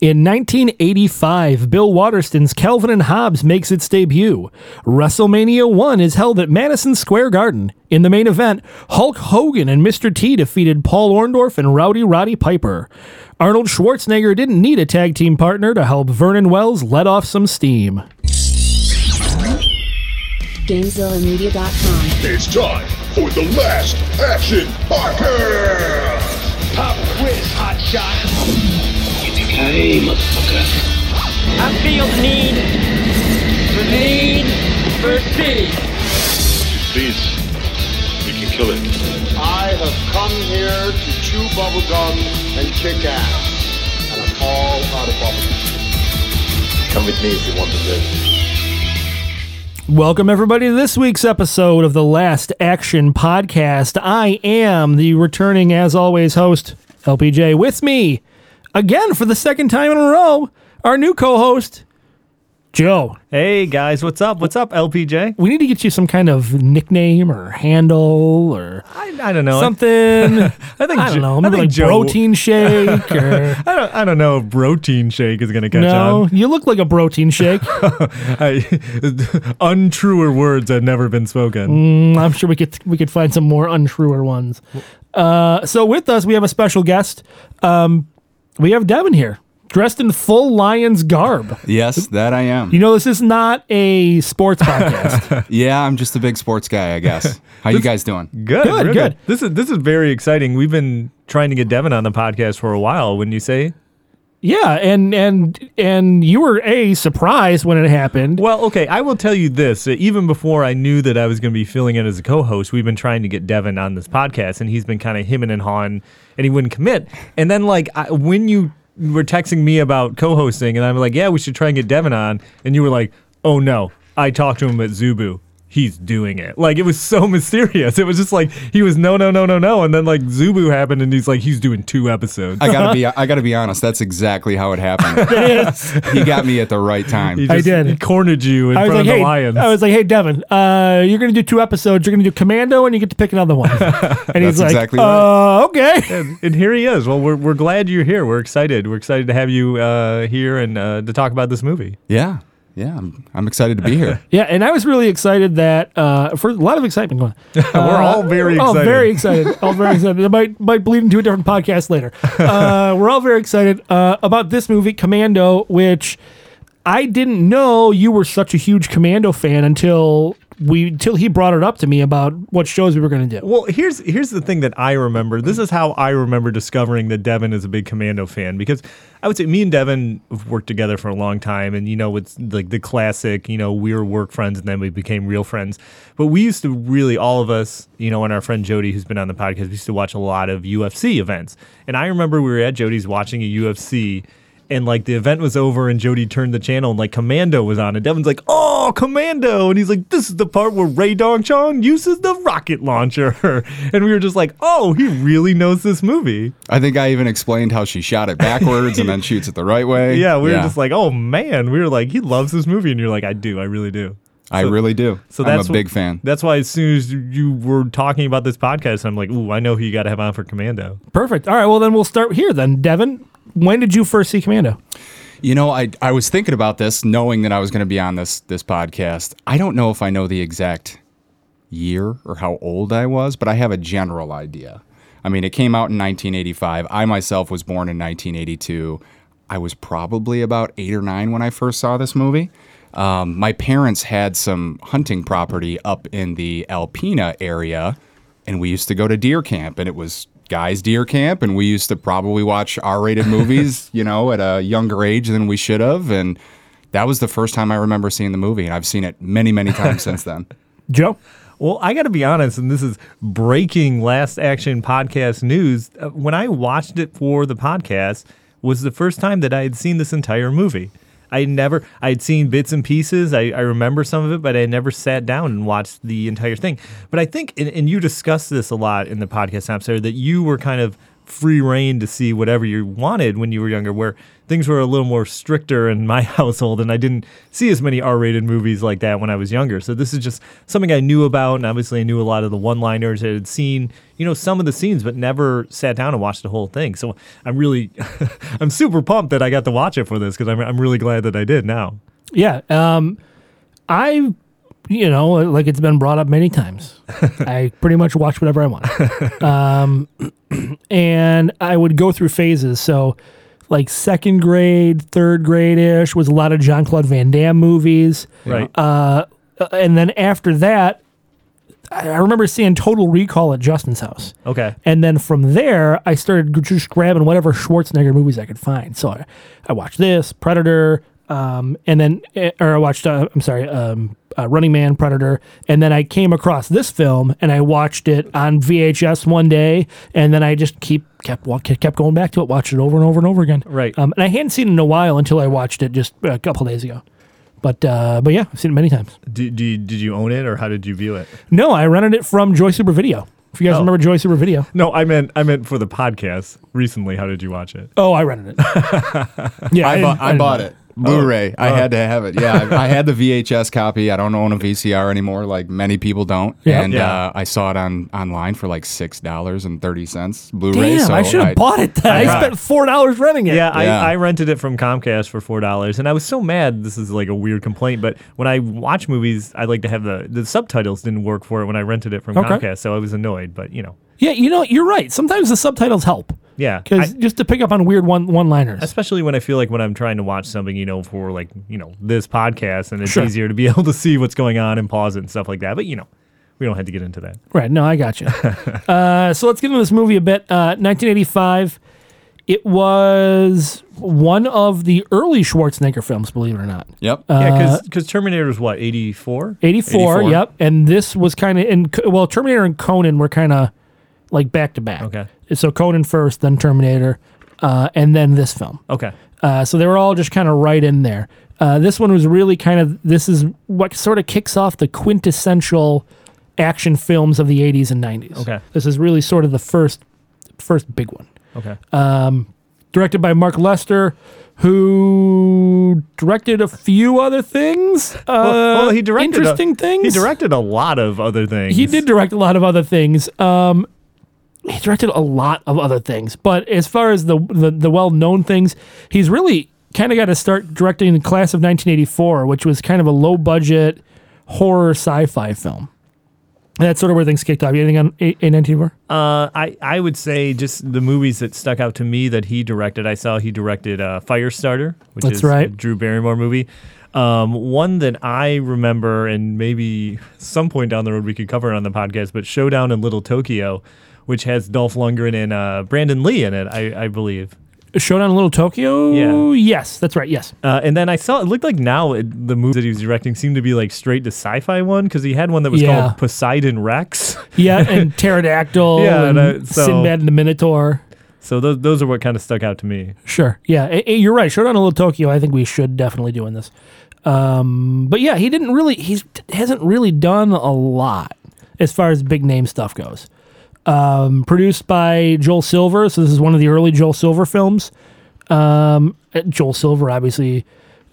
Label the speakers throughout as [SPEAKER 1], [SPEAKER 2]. [SPEAKER 1] In 1985, Bill Waterston's Calvin and Hobbes makes its debut. WrestleMania 1 is held at Madison Square Garden. In the main event, Hulk Hogan and Mr. T defeated Paul Orndorff and Rowdy Roddy Piper. Arnold Schwarzenegger didn't need a tag team partner to help Vernon Wells let off some steam.
[SPEAKER 2] GameZillaMedia.com.
[SPEAKER 3] It's time for the last action podcast.
[SPEAKER 4] Pop quiz, hotshot.
[SPEAKER 5] Hey, motherfucker.
[SPEAKER 4] I feel the need, the need for speed.
[SPEAKER 3] Please, you can kill it.
[SPEAKER 6] I have come here to chew bubblegum and kick ass. And I'm all out of bubblegum.
[SPEAKER 3] Come with me if you want to live.
[SPEAKER 1] Welcome, everybody, to this week's episode of the Last Action Podcast. I am the returning, as always, host, LPJ. With me, again for the second time in a row, our new co host, Joe.
[SPEAKER 7] Hey guys, what's up? What's up, LPJ?
[SPEAKER 1] We need to get you some kind of nickname or handle or
[SPEAKER 7] I, I don't know.
[SPEAKER 1] something. I
[SPEAKER 7] think
[SPEAKER 1] I don't
[SPEAKER 7] Jo-
[SPEAKER 1] know.
[SPEAKER 7] I
[SPEAKER 1] Maybe
[SPEAKER 7] think
[SPEAKER 1] like
[SPEAKER 7] Joe-
[SPEAKER 1] protein shake or.
[SPEAKER 7] I don't. I don't know. if Protein shake is gonna catch
[SPEAKER 1] No, you look like a protein shake.
[SPEAKER 7] on. I, untruer words had never been spoken.
[SPEAKER 1] I'm sure we could we could find some more untruer ones. Uh, so with us, we have a special guest. Um, we have Devin here, dressed in full lion's garb.
[SPEAKER 8] Yes, that I am.
[SPEAKER 1] You know, this is not a sports podcast.
[SPEAKER 8] Yeah, I'm just a big sports guy, I guess. How you guys doing?
[SPEAKER 7] Good,
[SPEAKER 1] Good,
[SPEAKER 7] real
[SPEAKER 1] good.
[SPEAKER 7] This is this is very exciting. We've been trying to get Devin on the podcast for a while. Wouldn't you say?
[SPEAKER 1] yeah, and and and you were a surprised when it happened.
[SPEAKER 7] Well, okay. I will tell you this. uh, Even before I knew that I was going to be filling in as a co-host, we've been trying to get Devin on this podcast, and he's been kind of hemming and hawing, and he wouldn't commit. And then, like, I, when you were texting me about co-hosting, and I'm like, "Yeah, we should try and get Devin on," and you were like, "Oh no, I talked to him at Zubu." He's doing it. Like it was so mysterious. It was just like he was no, no, no, no, no, and then like Zubu happened, and he's like he's doing two episodes.
[SPEAKER 8] I gotta be. I gotta be honest. That's exactly how it happened.
[SPEAKER 1] Yes.
[SPEAKER 8] he got me at the right time.
[SPEAKER 7] He
[SPEAKER 1] I
[SPEAKER 7] just-
[SPEAKER 1] did.
[SPEAKER 7] He cornered you in
[SPEAKER 1] I was
[SPEAKER 7] front
[SPEAKER 1] like,
[SPEAKER 7] of the
[SPEAKER 1] hey,
[SPEAKER 7] lions.
[SPEAKER 1] I was like, hey, Devin, uh, you're gonna do two episodes. You're gonna do Commando, and you get to pick another one. And he's
[SPEAKER 8] That's
[SPEAKER 1] like,
[SPEAKER 8] exactly
[SPEAKER 1] uh, okay.
[SPEAKER 7] And, and here he is. Well, we're, we're glad you're here. We're excited. We're excited to have you uh, here and uh, to talk about this movie.
[SPEAKER 8] Yeah, yeah. I'm, I'm excited to be here.
[SPEAKER 1] Yeah, and I was really excited that uh, for a lot of excitement going. on. Uh,
[SPEAKER 7] We're all very
[SPEAKER 1] All
[SPEAKER 7] excited.
[SPEAKER 1] very excited. All very excited. It might might bleed into a different podcast later. Uh, we're all very excited uh, about this movie, Commando, which I didn't know you were such a huge Commando fan until we until he brought it up to me about what shows we were going to do.
[SPEAKER 7] Well, here's here's the thing that I remember. This is how I remember discovering that Devin is a big Commando fan because I would say me and Devin have worked together for a long time, and you know it's like the classic. You know we were work friends, and then we became real friends. But we used to really all of us, you know, and our friend Jody, who's been on the podcast, we used to watch a lot of UFC events. And I remember we were at Jody's watching a UFC. And like the event was over, and Jody turned the channel, and like Commando was on, and Devin's like, "Oh, Commando!" And he's like, "This is the part where Ray Dong Chong uses the rocket launcher," and we were just like, "Oh, he really knows this movie."
[SPEAKER 8] I think I even explained how she shot it backwards and then shoots it the right way.
[SPEAKER 7] Yeah, we were just like, "Oh man," we were like, "He loves this movie," and you're like, "I do, I really do."
[SPEAKER 8] I really do.
[SPEAKER 7] So
[SPEAKER 8] So
[SPEAKER 7] that's
[SPEAKER 8] I'm
[SPEAKER 7] wh-
[SPEAKER 8] a big fan.
[SPEAKER 7] That's why as soon as you were talking about this podcast, I'm like, "Ooh, I know who you got to have on for Commando."
[SPEAKER 1] Perfect. All right. Well, then we'll start here. Then Devin, when did you first see Commando?
[SPEAKER 8] You know, I I was thinking about this, knowing that I was going to be on this this podcast. I don't know if I know the exact year or how old I was, but I have a general idea. I mean, it came out in 1985. I myself was born in 1982. I was probably about eight or nine when I first saw this movie. Um, my parents had some hunting property up in the Alpena area, and we used to go to deer camp, and it was guys' deer camp, and we used to probably watch R-rated movies, you know, at a younger age than we should have, and that was the first time I remember seeing the movie, and I've seen it many, many times since then.
[SPEAKER 1] Joe.
[SPEAKER 7] Well, I got to be honest, and this is breaking last action podcast news. Uh, When I watched it for the podcast, was the first time that I had seen this entire movie. I never, I had seen bits and pieces. I, I remember some of it, but I never sat down and watched the entire thing. But I think, and, and you discussed this a lot in the podcast episode, that you were kind of free reign to see whatever you wanted when you were younger, where things were a little more stricter in my household, and I didn't see as many R-rated movies like that when I was younger. So this is just something I knew about, and obviously I knew a lot of the one-liners. I had seen, you know, some of the scenes, but never sat down and watched the whole thing. So I'm really, I'm super pumped that I got to watch it for this because I'm, I'm really glad that I did now.
[SPEAKER 1] Yeah. Um, I, you know, like it's been brought up many times. I pretty much watch whatever I want. Um, and I would go through phases. So, like second grade, third grade ish was a lot of Jean Claude Van Damme movies.
[SPEAKER 7] Right.
[SPEAKER 1] Uh, and then after that, I I remember seeing Total Recall at Justin's house.
[SPEAKER 7] okay.
[SPEAKER 1] And then from there, I started g- just grabbing whatever Schwarzenegger movies I could find. So I, I watched this Predator, um, and then eh, or I watched uh, I'm sorry, um, uh, Running Man, Predator, and then I came across this film and I watched it on VHS one day, and then I just keep kept wa- ke- kept going back to it, watched it over and over and over again.
[SPEAKER 7] Right.
[SPEAKER 1] Um, and I hadn't seen it in a while until I watched it just a couple days ago. But uh, but yeah, I've seen it many times.
[SPEAKER 7] Did, did, did you own it or how did you view it?
[SPEAKER 1] No, I rented it from Joy Super Video. If you guys
[SPEAKER 7] Oh.
[SPEAKER 1] remember Joy Super Video.
[SPEAKER 7] No, I meant I meant for the podcast. Recently, how did you watch it?
[SPEAKER 1] Oh, I rented it. yeah,
[SPEAKER 8] I,
[SPEAKER 1] didn't-
[SPEAKER 8] bought, uh, I
[SPEAKER 1] didn't Oh,
[SPEAKER 8] bought
[SPEAKER 1] rent
[SPEAKER 8] it. Blu-ray. I had to have it. Yeah, I, I had the VHS copy. I don't own a VCR anymore, like many people don't.
[SPEAKER 1] Yeah.
[SPEAKER 8] And
[SPEAKER 7] Yeah.
[SPEAKER 8] Uh, I saw it on online for like six dollars and thirty cents Blu-ray.
[SPEAKER 1] Damn,
[SPEAKER 8] so
[SPEAKER 1] I should have bought it. Then. I
[SPEAKER 7] Yeah.
[SPEAKER 1] spent four dollars renting it.
[SPEAKER 7] Yeah,
[SPEAKER 8] Yeah.
[SPEAKER 7] I, I rented it from Comcast for four dollars, and I was so mad. This is like a weird complaint, but when I watch movies, I like to have the the subtitles didn't work for it when I rented it from
[SPEAKER 1] Okay.
[SPEAKER 7] Comcast, so I was annoyed. But you know,
[SPEAKER 1] yeah. You know, you're right. Sometimes the subtitles help
[SPEAKER 7] yeah,
[SPEAKER 1] because
[SPEAKER 7] I-
[SPEAKER 1] just to pick up on weird one one liners.
[SPEAKER 7] especially when I feel like when I'm trying to watch something, you know, for like you know this podcast, and it's
[SPEAKER 1] Sure.
[SPEAKER 7] easier to be able to see what's going on and pause it and stuff like that. But you know, we don't have to get into that.
[SPEAKER 1] Right. No, I got you. uh, so let's get into this movie a bit. Uh, 1985. It was one of the early Schwarzenegger films, believe it or not.
[SPEAKER 8] Yep.
[SPEAKER 7] Yeah, because Terminator is what eighty four.
[SPEAKER 1] 84,
[SPEAKER 8] 84.
[SPEAKER 1] yep and this was kind of in well terminator and conan were kind of like back to back
[SPEAKER 7] Okay.
[SPEAKER 1] so conan first then terminator uh, and then this film
[SPEAKER 7] Okay,
[SPEAKER 1] Uh, so they were all just kind of right in there. Uh, this one was really kind of this is what sort of kicks off the quintessential action films of the 80s and 90s.
[SPEAKER 7] Okay.
[SPEAKER 1] This is really sort of the first first big one.
[SPEAKER 7] okay,
[SPEAKER 1] Uh, Directed by Mark Lester, who directed a few other things. Uh,
[SPEAKER 7] Well, well, he directed a-
[SPEAKER 1] interesting things.
[SPEAKER 7] He directed a lot of other things.
[SPEAKER 1] He did direct a lot of other things. Um, he directed a lot of other things, but as far as the the, the well known things, he's really kind of got to start directing the class of 1984, which was kind of a low budget horror sci fi film. That's sort of where things kicked off. You anything on a, a 1984?
[SPEAKER 7] Uh, I I would say just the movies that stuck out to me that he directed. I saw he directed uh, Firestarter, which
[SPEAKER 1] That's
[SPEAKER 7] is
[SPEAKER 1] right.
[SPEAKER 7] a Drew Barrymore movie. Um, one that I remember, and maybe some point down the road we could cover it on the podcast, but Showdown in Little Tokyo, which has Dolph Lundgren and uh, Brandon Lee in it, I, I believe.
[SPEAKER 1] Showdown in Little Tokyo.
[SPEAKER 7] Yeah.
[SPEAKER 1] Yes, that's right. Yes.
[SPEAKER 7] Uh, and then I saw it looked like now it, the movies that he was directing seemed to be like straight to sci-fi one because he had one that was
[SPEAKER 1] Yeah.
[SPEAKER 7] called Poseidon Rex.
[SPEAKER 1] Yeah, and Pterodactyl.
[SPEAKER 7] Yeah,
[SPEAKER 1] and
[SPEAKER 7] and I- so-
[SPEAKER 1] Sinbad and the Minotaur.
[SPEAKER 7] so those those are what kind of stuck out to me.
[SPEAKER 1] Sure. Yeah, eh, eh, you're right. Showdown in Little Tokyo. I think we should definitely do in this. Um, but yeah, he didn't really. He's hasn't really done a lot as far as big name stuff goes. Um, produced by Joel Silver. So this is one of the early Joel Silver films. Um, eh, Joel Silver, obviously,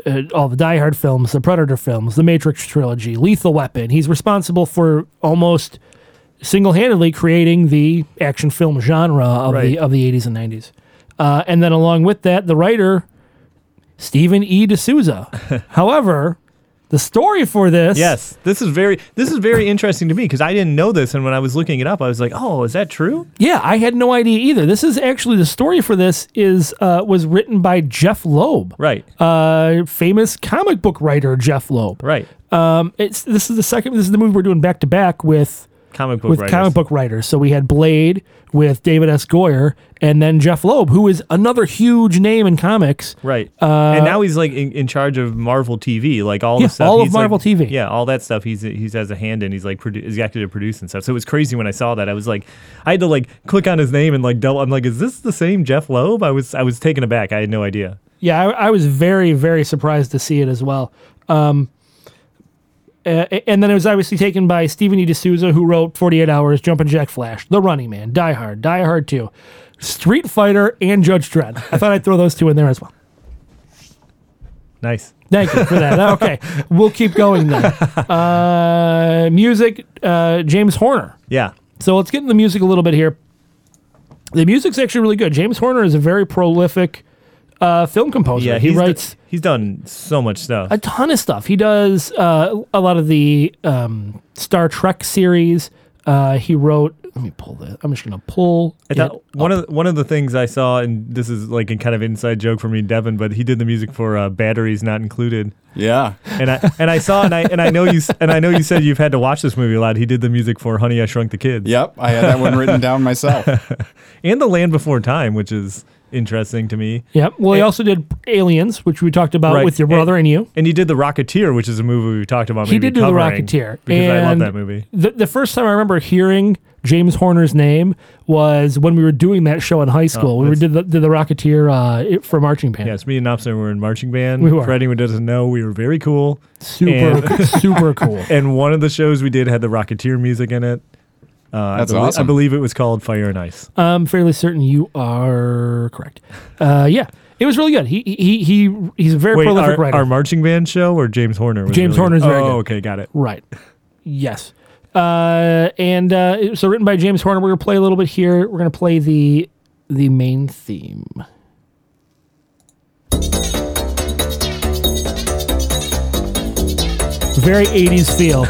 [SPEAKER 1] uh, all the Die Hard films, the Predator films, the Matrix trilogy, Lethal Weapon. He's responsible for almost single-handedly creating the action film genre of
[SPEAKER 7] Right.
[SPEAKER 1] the of the 80s and 90s. Uh, and then along with that, the writer Stephen E. D'Souza. However, the story for this,
[SPEAKER 7] Yes, this is very this is very interesting to me because I didn't know this, and when I was looking it up, I was like, "Oh, is that true?"
[SPEAKER 1] yeah, I had no idea either. This is actually the story for this is uh, was written by Jeff Loeb,
[SPEAKER 7] Right,
[SPEAKER 1] uh, famous comic book writer Jeff Loeb.
[SPEAKER 7] right.
[SPEAKER 1] Um, it's this is the second. This is the movie we're doing back to back with
[SPEAKER 7] Comic book
[SPEAKER 1] with
[SPEAKER 7] writers.
[SPEAKER 1] comic book writers. So we had Blade with David S. Goyer, and then Jeff Loeb, who is another huge name in comics.
[SPEAKER 7] Right, and now he's like in, in charge of Marvel TV, like all
[SPEAKER 1] Uh, Yeah,
[SPEAKER 7] the stuff.
[SPEAKER 1] all of
[SPEAKER 7] he's, like-
[SPEAKER 1] Marvel TV.
[SPEAKER 7] Yeah, all that stuff. He's he's has a hand in. He's like produ- executive produce and stuff. So it was crazy when I saw that. I was like, I had to like click on his name and like double. I'm like, is this the same Jeff Loeb? I was I was taken aback. I had no idea.
[SPEAKER 1] Yeah, I, I was very, very surprised to see it as well. Um, a- and then it was obviously taken by Stephen E. D'Souza, who wrote 48 Hours, Jumpin' Jack Flash, The Running Man, Die Hard, Die Hard 2. Street Fighter and Judge Dredd. I thought I'd throw those two in there as well.
[SPEAKER 7] Nice.
[SPEAKER 1] Thank you for that. Okay, we'll keep going then. Uh, music, uh, James Horner.
[SPEAKER 7] Yeah.
[SPEAKER 1] So let's get into the music a little bit here. The music's actually really good. James Horner is a very prolific uh, film composer.
[SPEAKER 7] Yeah.
[SPEAKER 1] he
[SPEAKER 7] he's d-
[SPEAKER 1] writes
[SPEAKER 7] he's done so much stuff.
[SPEAKER 1] a ton of stuff. He does uh, a lot of the um, Star Trek series. Uh, he wrote. Let me pull this. I'm just gonna pull.
[SPEAKER 7] I
[SPEAKER 1] it
[SPEAKER 7] thought one of the, one of the things I saw, and this is like a kind of inside joke for me, and Devin, but he did the music for uh, "Batteries Not Included,"
[SPEAKER 8] Yeah.
[SPEAKER 7] and I and I saw, and I and I know you s- and I know you said you've had to watch this movie a lot. He did the music for "Honey, I Shrunk the Kids"
[SPEAKER 8] Yep. I had that one written down myself.
[SPEAKER 7] and "The Land Before Time," which is interesting to me.
[SPEAKER 1] Yep. Well, he also did Aliens, which we talked about
[SPEAKER 7] Right.
[SPEAKER 1] with your brother and you.
[SPEAKER 7] And he did The Rocketeer, which is a movie we talked about.
[SPEAKER 1] He
[SPEAKER 7] maybe
[SPEAKER 1] did do The
[SPEAKER 7] covering,
[SPEAKER 1] Rocketeer,
[SPEAKER 7] because I love
[SPEAKER 1] and
[SPEAKER 7] that movie.
[SPEAKER 1] The, the first time I remember hearing James Horner's name was when we were doing that show in high school. we were, did the, did the Rocketeer uh, it- for marching band.
[SPEAKER 7] Oh, Yes, me and Nopson were in marching band.
[SPEAKER 1] We were.
[SPEAKER 7] For anyone who doesn't know, we were very cool.
[SPEAKER 1] Super, super cool.
[SPEAKER 7] And one of the shows we did had the Rocketeer music in it. Uh,
[SPEAKER 8] That's
[SPEAKER 7] I belie- I
[SPEAKER 8] awesome.
[SPEAKER 7] believe it was called Fire and Ice.
[SPEAKER 1] I'm fairly certain you are correct. Uh, yeah, it was really good. He he he he's a very
[SPEAKER 7] Wait,
[SPEAKER 1] prolific
[SPEAKER 7] our,
[SPEAKER 1] writer.
[SPEAKER 7] our marching band show or James Horner? was
[SPEAKER 1] James
[SPEAKER 7] really-
[SPEAKER 1] Horner's
[SPEAKER 7] oh,
[SPEAKER 1] very good.
[SPEAKER 7] okay, got it.
[SPEAKER 1] right. Yes. Uh, and uh, so written by James Horner. We're gonna play a little bit here. We're gonna play the the main theme. Very 80s feel.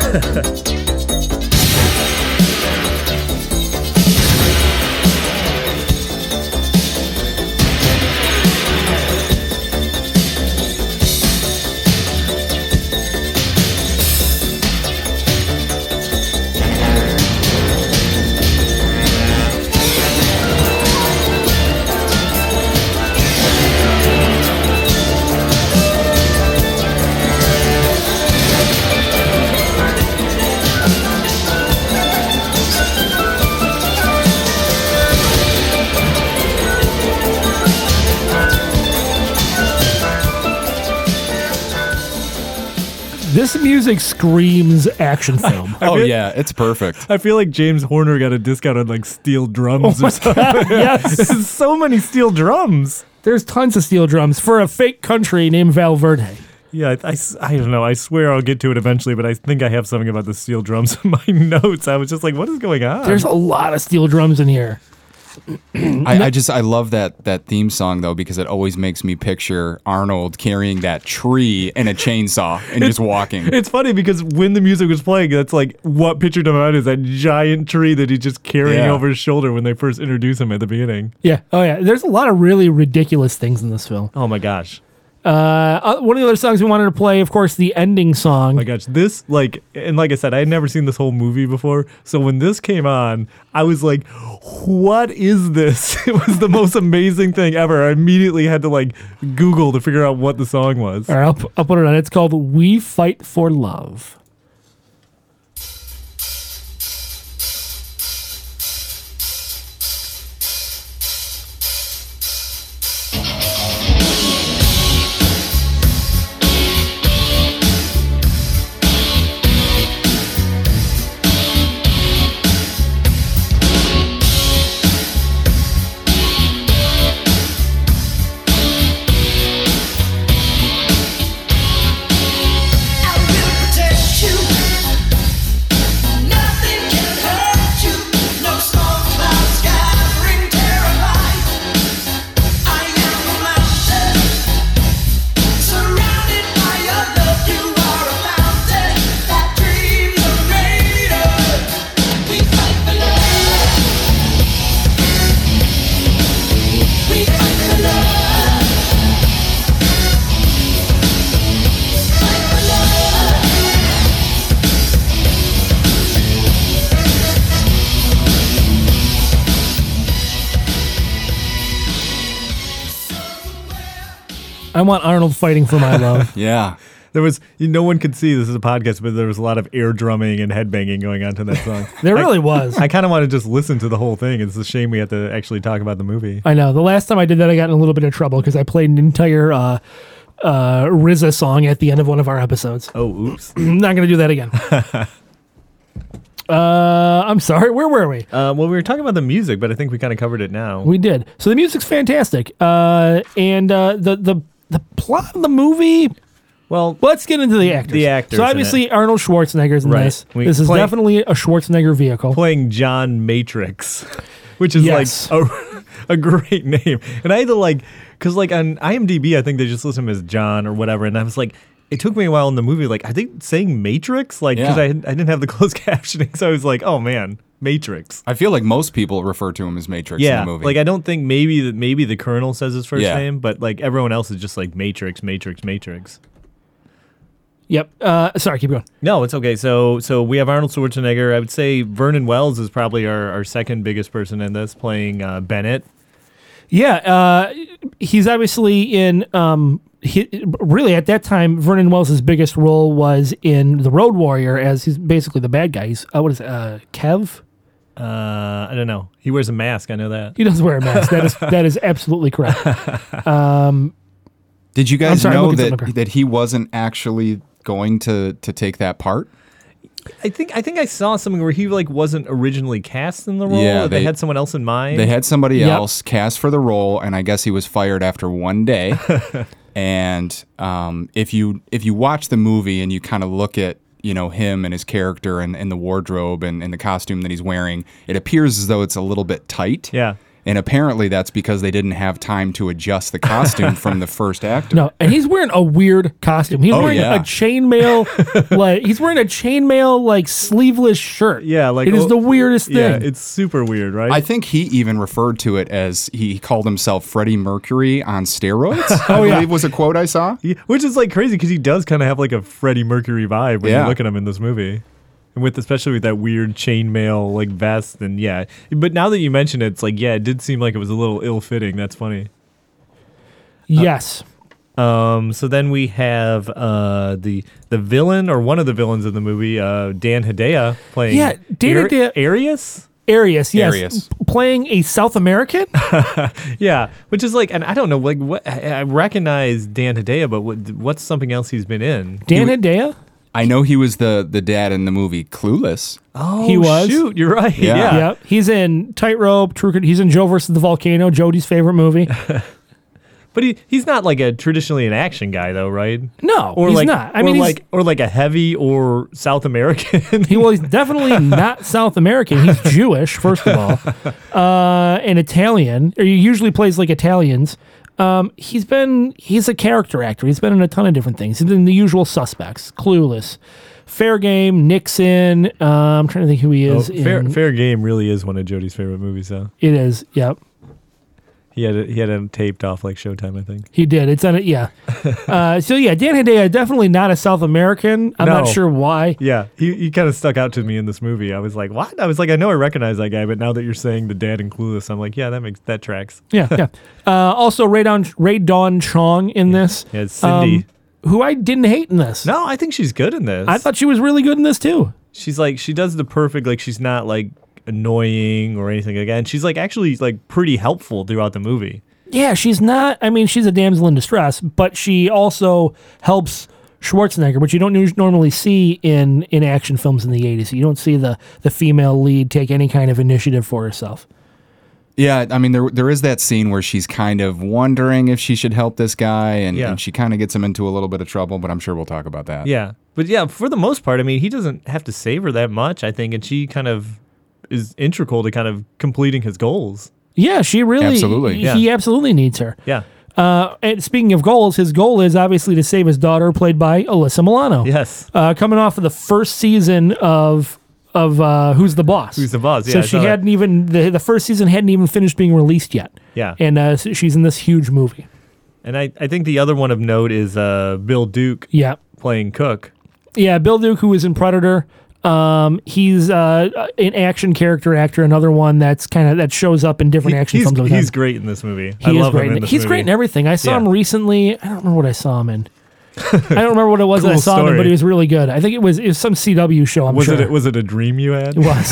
[SPEAKER 1] this music screams action film.
[SPEAKER 8] Oh, yeah. It's perfect.
[SPEAKER 7] I feel like James Horner got a discount on like steel
[SPEAKER 1] Oh
[SPEAKER 7] drums or something.
[SPEAKER 1] yes.
[SPEAKER 7] There's so many steel drums.
[SPEAKER 1] There's tons of steel drums for a fake country named Val Verde.
[SPEAKER 7] Yeah, I, I s- I don't know. I swear I'll get to it eventually, but I think I have something about the steel drums in my notes. I was just like, what is going on?
[SPEAKER 1] There's a lot of steel drums in here.
[SPEAKER 8] I, I just I love that that theme song though because it always makes me picture Arnold carrying that tree and a chainsaw and just walking.
[SPEAKER 7] it's funny because when the music was playing, that's like what pictured in my mind is that giant tree that he's just carrying
[SPEAKER 8] Yeah.
[SPEAKER 7] over his shoulder when they first introduce him at the beginning.
[SPEAKER 1] Yeah. Oh, yeah. There's a lot of really ridiculous things in this film.
[SPEAKER 7] Oh my gosh.
[SPEAKER 1] Uh, uh, one of the other songs we wanted to play, of course, the ending song.
[SPEAKER 7] my gosh this like and like i said i had never seen this whole movie before so when this came on i was like what is this it was the most amazing thing ever i immediately had to like google to figure out what the song was
[SPEAKER 1] All right, I'll, pu- I'll put it on. It's called We Fight for Love.
[SPEAKER 2] I will protect you. Nothing can hurt you. No storm clouds gathering terrify. I am a mountain surrounded by your love. You are a mountain that dreams are made of. We fight for love. We fight for love. Fight for love.
[SPEAKER 1] I want Arnold fighting for my love.
[SPEAKER 8] Yeah.
[SPEAKER 7] there was no one could see this is a podcast but there was a lot of air drumming and headbanging going on to that song
[SPEAKER 1] There really was.
[SPEAKER 7] i kind of want to just listen to the whole thing it's a shame we have to actually talk about the movie
[SPEAKER 1] I know. The last time I did that, I got in a little bit of trouble because I played an entire uh, uh, RZA song at the end of one of our episodes.
[SPEAKER 7] oh oops
[SPEAKER 1] I'm not going to do that again. Uh, I'm sorry. Where were we?
[SPEAKER 7] Uh, well, we were talking about the music, but I think we kind of covered it now.
[SPEAKER 1] We did. So the music's fantastic. Uh, and uh, the the the plot of the movie.
[SPEAKER 7] well,
[SPEAKER 1] Well, let's get into the actors.
[SPEAKER 7] The actors
[SPEAKER 1] So
[SPEAKER 7] in
[SPEAKER 1] obviously Arnold Schwarzenegger's in
[SPEAKER 7] Right.
[SPEAKER 1] this.
[SPEAKER 7] We
[SPEAKER 1] this is
[SPEAKER 7] play-
[SPEAKER 1] definitely a Schwarzenegger vehicle.
[SPEAKER 7] playing John Matrix, which is
[SPEAKER 1] Yes.
[SPEAKER 7] like a, a great name. And I had to like, because like on IMDb, I think they just list him as John or whatever. And I was like, it took me a while in the movie. Like, I think saying Matrix, like, because
[SPEAKER 8] Yeah.
[SPEAKER 7] I, had- I didn't have the closed captioning. So I was like, oh man, Matrix.
[SPEAKER 8] I feel like most people refer to him as Matrix
[SPEAKER 7] Yeah,
[SPEAKER 8] in the movie.
[SPEAKER 7] like I don't think maybe that maybe the Colonel says his first
[SPEAKER 8] Yeah.
[SPEAKER 7] name, but like everyone else is just like Matrix, Matrix, Matrix.
[SPEAKER 1] Yep. Uh, sorry, keep going.
[SPEAKER 7] No, it's okay. So so we have Arnold Schwarzenegger. I would say Vernon Wells is probably our, our second biggest person in this, playing uh, Bennett.
[SPEAKER 1] Yeah, uh, he's obviously in. Um, he, really, at that time, Vernon Wells' biggest role was in The Road Warrior as he's basically the bad guy. He's uh, what is it, uh, Kev?
[SPEAKER 7] Uh, I don't know. He wears a mask. I know that.
[SPEAKER 1] He does wear a mask. That is that is absolutely correct.
[SPEAKER 8] Did you guys
[SPEAKER 1] sorry, I'm
[SPEAKER 8] know
[SPEAKER 1] looking
[SPEAKER 8] that
[SPEAKER 1] something up.
[SPEAKER 8] that he wasn't actually going to to take that part?
[SPEAKER 7] I think I think I saw something where he like wasn't originally cast in the role.
[SPEAKER 8] Yeah,
[SPEAKER 7] that they,
[SPEAKER 8] they-
[SPEAKER 7] had someone else in mind.
[SPEAKER 8] They had somebody
[SPEAKER 1] Yep.
[SPEAKER 8] else cast for the role, and I guess he was fired after one day. and um, if you if you watch the movie and you kind of look at you know him and his character and, and the wardrobe and, and the costume that he's wearing, it appears as though it's a little bit tight.
[SPEAKER 7] Yeah.
[SPEAKER 8] And apparently that's because they didn't have time to adjust the costume from the first actor.
[SPEAKER 1] No, and he's wearing a weird costume. He's
[SPEAKER 8] Oh,
[SPEAKER 1] wearing
[SPEAKER 8] yeah.
[SPEAKER 1] a chainmail, like he's wearing a chainmail like sleeveless shirt.
[SPEAKER 7] Yeah, like
[SPEAKER 1] it is
[SPEAKER 7] oh,
[SPEAKER 1] the weirdest thing.
[SPEAKER 7] Yeah, it's super weird, right?
[SPEAKER 8] I think he even referred to it as he called himself Freddie Mercury on steroids.
[SPEAKER 1] Oh,
[SPEAKER 8] I
[SPEAKER 1] yeah.
[SPEAKER 8] believe was a quote I saw.
[SPEAKER 7] Yeah, which is like crazy because he does kind of have like a Freddie Mercury vibe when you
[SPEAKER 8] Yeah.
[SPEAKER 7] look at him in this movie, and with especially with that weird chainmail like vest and yeah. But now that you mention it, it's like yeah, it did seem like it was a little ill fitting. That's funny. uh,
[SPEAKER 1] yes,
[SPEAKER 7] Um, so then we have uh the the villain or one of the villains in the movie, uh Dan Hedaya playing
[SPEAKER 1] Yeah, Dan Hedaya-
[SPEAKER 7] Arius.
[SPEAKER 1] Arius. Yes,
[SPEAKER 8] Arius.
[SPEAKER 1] p- playing a South American.
[SPEAKER 7] Yeah, which is like, and I don't know, like what I I recognize Dan Hedaya, but what, what's something else he's been in?
[SPEAKER 1] Dan Hedaya.
[SPEAKER 8] I know he was the the dad in the movie Clueless.
[SPEAKER 7] Oh,
[SPEAKER 1] He was.
[SPEAKER 7] Shoot, you're right. Yeah.
[SPEAKER 8] Yeah.
[SPEAKER 1] Yeah, he's in Tightrope. True, Crit- he's in Joe versus the Volcano. Jody's favorite movie.
[SPEAKER 7] But he, he's not like a traditionally an action guy though, right?
[SPEAKER 1] No,
[SPEAKER 7] Or
[SPEAKER 1] he's
[SPEAKER 7] like,
[SPEAKER 1] not. I
[SPEAKER 7] or
[SPEAKER 1] mean, he's-
[SPEAKER 7] like, or like a heavy or South American.
[SPEAKER 1] He well, he's definitely not South American. He's Jewish, first of all, uh, and Italian. Or he usually plays like Italians. Um, he's been he's a character actor. He's been in a ton of different things. He's been in The Usual Suspects, Clueless, Fair Game, Nixon. Uh, I'm trying to think who he is.
[SPEAKER 7] Oh, fair,
[SPEAKER 1] in-
[SPEAKER 7] fair game really is one of Jody's favorite movies. Though
[SPEAKER 1] It is. Yep,
[SPEAKER 7] he had it, he had it taped off like Showtime, I think.
[SPEAKER 1] he did. It's on it. Yeah. Uh, so yeah, Dan Hedaya definitely not a South American. I'm not
[SPEAKER 7] No.
[SPEAKER 1] sure why.
[SPEAKER 7] Yeah, he, he kind of stuck out to me in this movie. I was like, what? I was like, I know I recognize that guy, but now that you're saying the dad and Clueless, I'm like, yeah, that makes that tracks.
[SPEAKER 1] Yeah, yeah. Uh, also, Ray Don Ray Dawn Chong in this.
[SPEAKER 7] Yeah, Cindy.
[SPEAKER 1] who I didn't hate in this.
[SPEAKER 7] No, I think she's good in this.
[SPEAKER 1] Um, I thought she was really good in this too.
[SPEAKER 7] she's like she does the perfect like she's not like annoying or anything like that. And she's like actually like pretty helpful throughout the movie.
[SPEAKER 1] Yeah, she's not. I mean, she's a damsel in distress, but she also helps Schwarzenegger, which you don't nu- normally see in in action films in the '80s. You don't see the the female lead take any kind of initiative for herself.
[SPEAKER 8] Yeah, I mean there there is that scene where she's kind of wondering if she should help this guy, and,
[SPEAKER 7] Yeah.
[SPEAKER 8] and she kind of gets him into a little bit of trouble. But I'm sure we'll talk about that.
[SPEAKER 7] Yeah. But yeah, for the most part, I mean, he doesn't have to save her that much, I think, and she kind of is integral to kind of completing his goals.
[SPEAKER 1] Yeah, she really.
[SPEAKER 8] Absolutely,
[SPEAKER 1] he absolutely needs her.
[SPEAKER 7] Yeah.
[SPEAKER 1] Uh, and speaking of goals, his goal is obviously to save his daughter, played by Alyssa Milano.
[SPEAKER 7] Yes.
[SPEAKER 1] uh, coming off of the first season of of uh, Who's the Boss.
[SPEAKER 7] Who's the Boss,
[SPEAKER 1] so
[SPEAKER 7] yeah, I
[SPEAKER 1] she
[SPEAKER 7] saw that.
[SPEAKER 1] hadn't even the, the first season hadn't even finished being released yet.
[SPEAKER 7] Yeah.
[SPEAKER 1] and uh, so she's in this huge movie.
[SPEAKER 7] And I, I think the other one of note is uh, Bill Duke
[SPEAKER 1] Yeah,
[SPEAKER 7] playing Cook.
[SPEAKER 1] yeah. Bill Duke, who is in Predator, um, he's uh, an action character actor. Another one that's kind of that shows up in different action
[SPEAKER 7] he's
[SPEAKER 1] films. all the
[SPEAKER 7] he's
[SPEAKER 1] time.
[SPEAKER 7] great in this movie.
[SPEAKER 1] He
[SPEAKER 7] I
[SPEAKER 1] is
[SPEAKER 7] love
[SPEAKER 1] great.
[SPEAKER 7] him in
[SPEAKER 1] in-
[SPEAKER 7] this
[SPEAKER 1] he's
[SPEAKER 7] movie.
[SPEAKER 1] great in everything. I saw
[SPEAKER 7] Yeah.
[SPEAKER 1] him recently. I don't remember what I saw him in. I don't remember what it was that I
[SPEAKER 7] Cool
[SPEAKER 1] saw him, in,
[SPEAKER 7] story.
[SPEAKER 1] but he was really good. I think it was it was some CW show. I'm
[SPEAKER 7] Was
[SPEAKER 1] sure
[SPEAKER 7] it was it a dream you
[SPEAKER 1] It
[SPEAKER 7] had?
[SPEAKER 1] was.